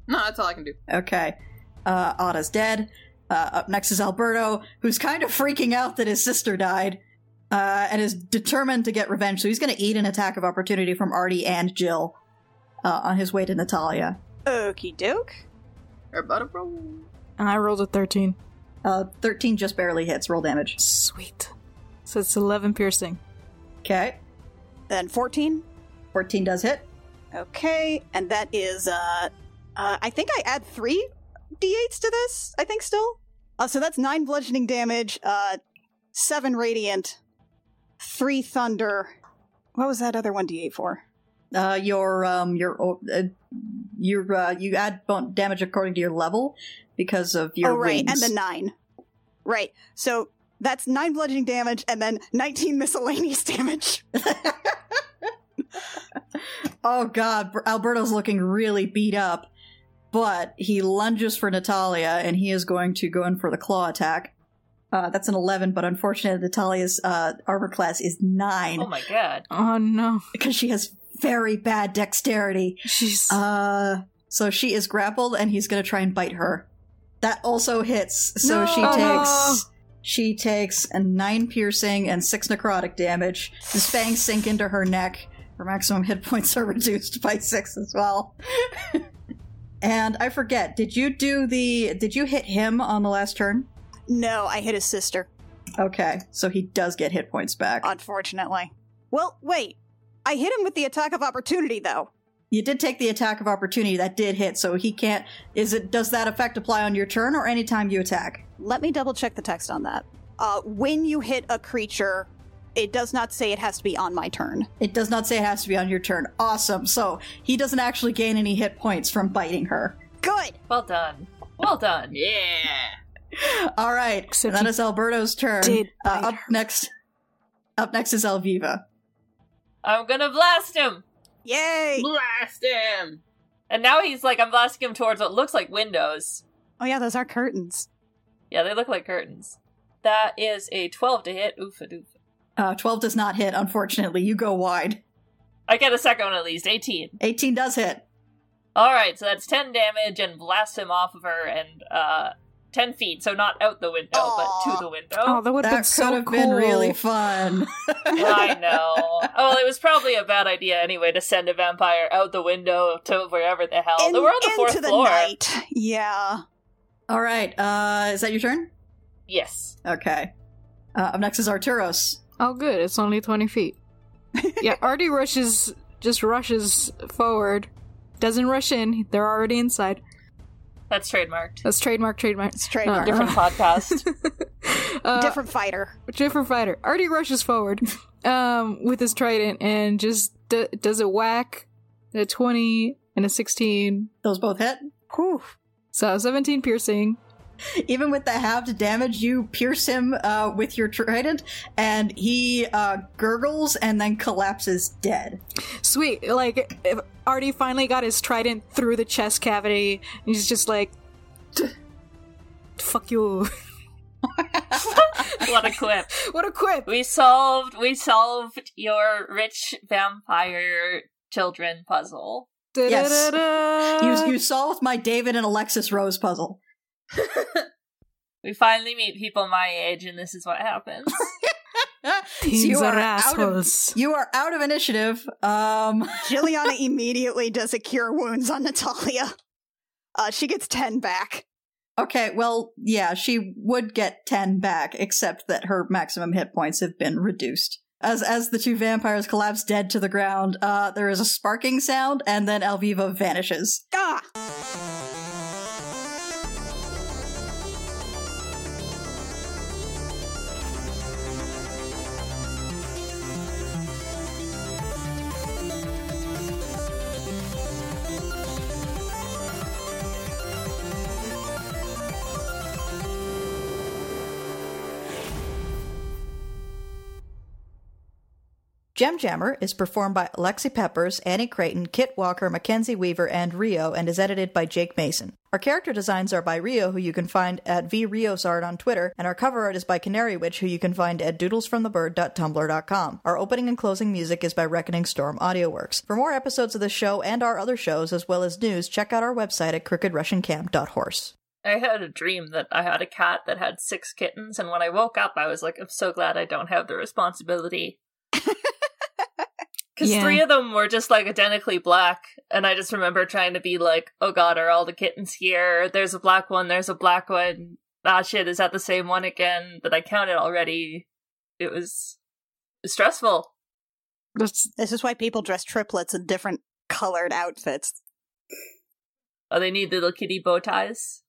Speaker 2: No, that's all I can do.
Speaker 1: Okay. Uh, Ada's dead. Uh, up next is Alberto, who's kind of freaking out that his sister died, uh, and is determined to get revenge. So he's going to eat an attack of opportunity from Artie and Jill uh, on his way to Natalia.
Speaker 3: Okie doke.
Speaker 2: Or about a roll.
Speaker 5: And I rolled a thirteen.
Speaker 1: Uh, Thirteen just barely hits. Roll damage.
Speaker 5: Sweet. So it's eleven piercing.
Speaker 1: Okay.
Speaker 3: Then 14.
Speaker 1: Fourteen does hit.
Speaker 3: Okay, and that is uh, uh I think I add 3 d8s to this. I think still. Uh, so that's 9 bludgeoning damage, uh 7 radiant, 3 thunder. What was that other 1d8 for?
Speaker 1: Uh, your um, your uh, your uh, you add bon- damage according to your level because of your
Speaker 3: oh right,
Speaker 1: wings.
Speaker 3: and the 9. Right. So That's nine bludgeoning damage and then 19 miscellaneous damage.
Speaker 1: Oh god, Br- Alberto's looking really beat up, but he lunges for Natalia and he is going to go in for the claw attack. Uh, that's an 11, but unfortunately Natalia's uh, armor class is 9
Speaker 4: Oh my god.
Speaker 5: Oh no.
Speaker 1: because she has very bad dexterity.
Speaker 5: She's
Speaker 1: Uh, so she is grappled and he's going to try and bite her. That also hits, so she
Speaker 5: No.
Speaker 1: takes she takes a 9 piercing and 6 necrotic damage. His fangs sink into her neck. Her maximum hit points are reduced by 6 as well. and I forget, did you do the did you hit him on the last turn?
Speaker 3: No, I hit his sister,
Speaker 1: Okay, so he does get hit points back.
Speaker 3: unfortunately. Well, wait. I hit him with the attack of opportunity, though.
Speaker 1: you did take the attack of opportunity that did hit, so he can't is it does that effect apply on your turn or anytime you attack?
Speaker 3: Let me double check the text on that. Uh, when you hit a creature, it does not say it has to be on my turn.
Speaker 1: It does not say it has to be on your turn. Awesome. So he doesn't actually gain any hit points from biting her.
Speaker 3: Good!
Speaker 4: Well done. Well done.
Speaker 2: Yeah.
Speaker 1: All right.
Speaker 5: Except
Speaker 1: that
Speaker 5: he
Speaker 1: is Alberto's turn.
Speaker 5: did
Speaker 1: Uh,
Speaker 5: bite
Speaker 1: up
Speaker 5: her.
Speaker 1: next. Up next is Elviva.
Speaker 4: I'm gonna blast him.
Speaker 3: Yay!
Speaker 2: Blast him.
Speaker 4: And now he's like, I'm blasting him towards what looks like windows.
Speaker 3: Oh, yeah, those are curtains.
Speaker 4: Yeah, they look like curtains. That is a 12 to hit. Oofa doofa.
Speaker 1: Uh, 12 does not hit, unfortunately. You go wide.
Speaker 4: I get a second one at least. 18.
Speaker 1: 18 does hit.
Speaker 4: Alright, so that's 10 damage and blast him off of her and, uh, 10 feet. So not out the window, but
Speaker 3: Aw.
Speaker 4: to the window.
Speaker 5: oh, that would have
Speaker 1: that
Speaker 5: been
Speaker 1: could
Speaker 5: so
Speaker 1: have
Speaker 5: cool.
Speaker 1: been really fun.
Speaker 4: I know. Well, it was probably a bad idea anyway to send a vampire out the window to wherever the hell.
Speaker 3: In-
Speaker 4: Oh, they were on the
Speaker 3: into
Speaker 4: fourth
Speaker 3: the
Speaker 4: floor.
Speaker 3: night. Yeah.
Speaker 1: All right. Uh, is that your turn?
Speaker 4: Yes.
Speaker 1: Okay. Uh, up next is Arturos.
Speaker 5: Oh, good. It's only 20 feet. yeah, Artie rushes, just rushes forward. Doesn't rush in. They're already inside.
Speaker 4: That's trademarked.
Speaker 5: That's trademark, trademark.
Speaker 3: It's trademark.
Speaker 5: Uh,
Speaker 4: Different podcast.
Speaker 5: Uh,
Speaker 3: Different fighter.
Speaker 5: Different fighter. Artie rushes forward um, with his trident and just d- does a whack, a 20 and a 16.
Speaker 1: Those both hit.
Speaker 3: Whew.
Speaker 5: So 17 piercing.
Speaker 1: Even with the halved damage, you pierce him uh, with your trident, and he uh, gurgles and then collapses dead.
Speaker 5: Sweet. Like, if Artie finally got his trident through the chest cavity. And he's just like, "Tch, fuck you.
Speaker 4: what a quip.
Speaker 5: what a quip.
Speaker 4: We solved we solved your rich vampire children puzzle.
Speaker 1: Yes.
Speaker 5: Da-da-da-da.
Speaker 1: You, you solved my David and Alexis Rose puzzle.
Speaker 4: We finally meet people my age and this is what happens.
Speaker 1: So
Speaker 5: Teens
Speaker 1: you
Speaker 5: are,
Speaker 1: are out of-
Speaker 5: assholes.
Speaker 1: You are out of initiative. Um,
Speaker 3: Jilliana immediately does a cure wounds on Natalia. Uh, she gets 10 back.
Speaker 1: okay, well, yeah, she would get 10 back, except that her maximum hit points have been reduced. As, as the two vampires collapse dead to the ground, uh, there is a sparking sound, and then Alviva vanishes.
Speaker 3: Ah!
Speaker 6: Gem Jammer is performed by Alexi Peppers, Annie Creighton, Kit Walker, Mackenzie Weaver, and Rio, and is edited by Jake Mason. Our character designs are by Rio, who you can find at vriosart on Twitter, and our cover art is by Canary Witch, who you can find at doodlesfromthebird.tumblr.com. Our opening and closing music is by Reckoning Storm AudioWorks. For more episodes of this show and our other shows, as well as news, check out our website at crookedrussiancamp.horse.
Speaker 4: I had a dream that I had a cat that had six kittens, and when I woke up, I was like, I'm so glad I don't have the responsibility. Because
Speaker 5: Yeah.
Speaker 4: three of them were just like identically black, and I just remember trying to be like, oh god, are all the kittens here? There's a black one, there's a black one. Ah shit, is that the same one again? But I counted already. It was stressful.
Speaker 5: That's
Speaker 3: This is why people dress triplets in different colored outfits.
Speaker 4: Oh, they need little kitty bow ties.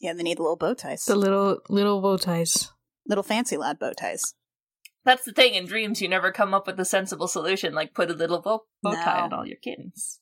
Speaker 3: Yeah, they need little bow ties.
Speaker 5: the little little bow ties.
Speaker 3: little fancy lad bow ties.
Speaker 4: That's the thing in dreams, you never come up with a sensible solution like put a little bow, bow tie
Speaker 3: No.
Speaker 4: on all your kittens.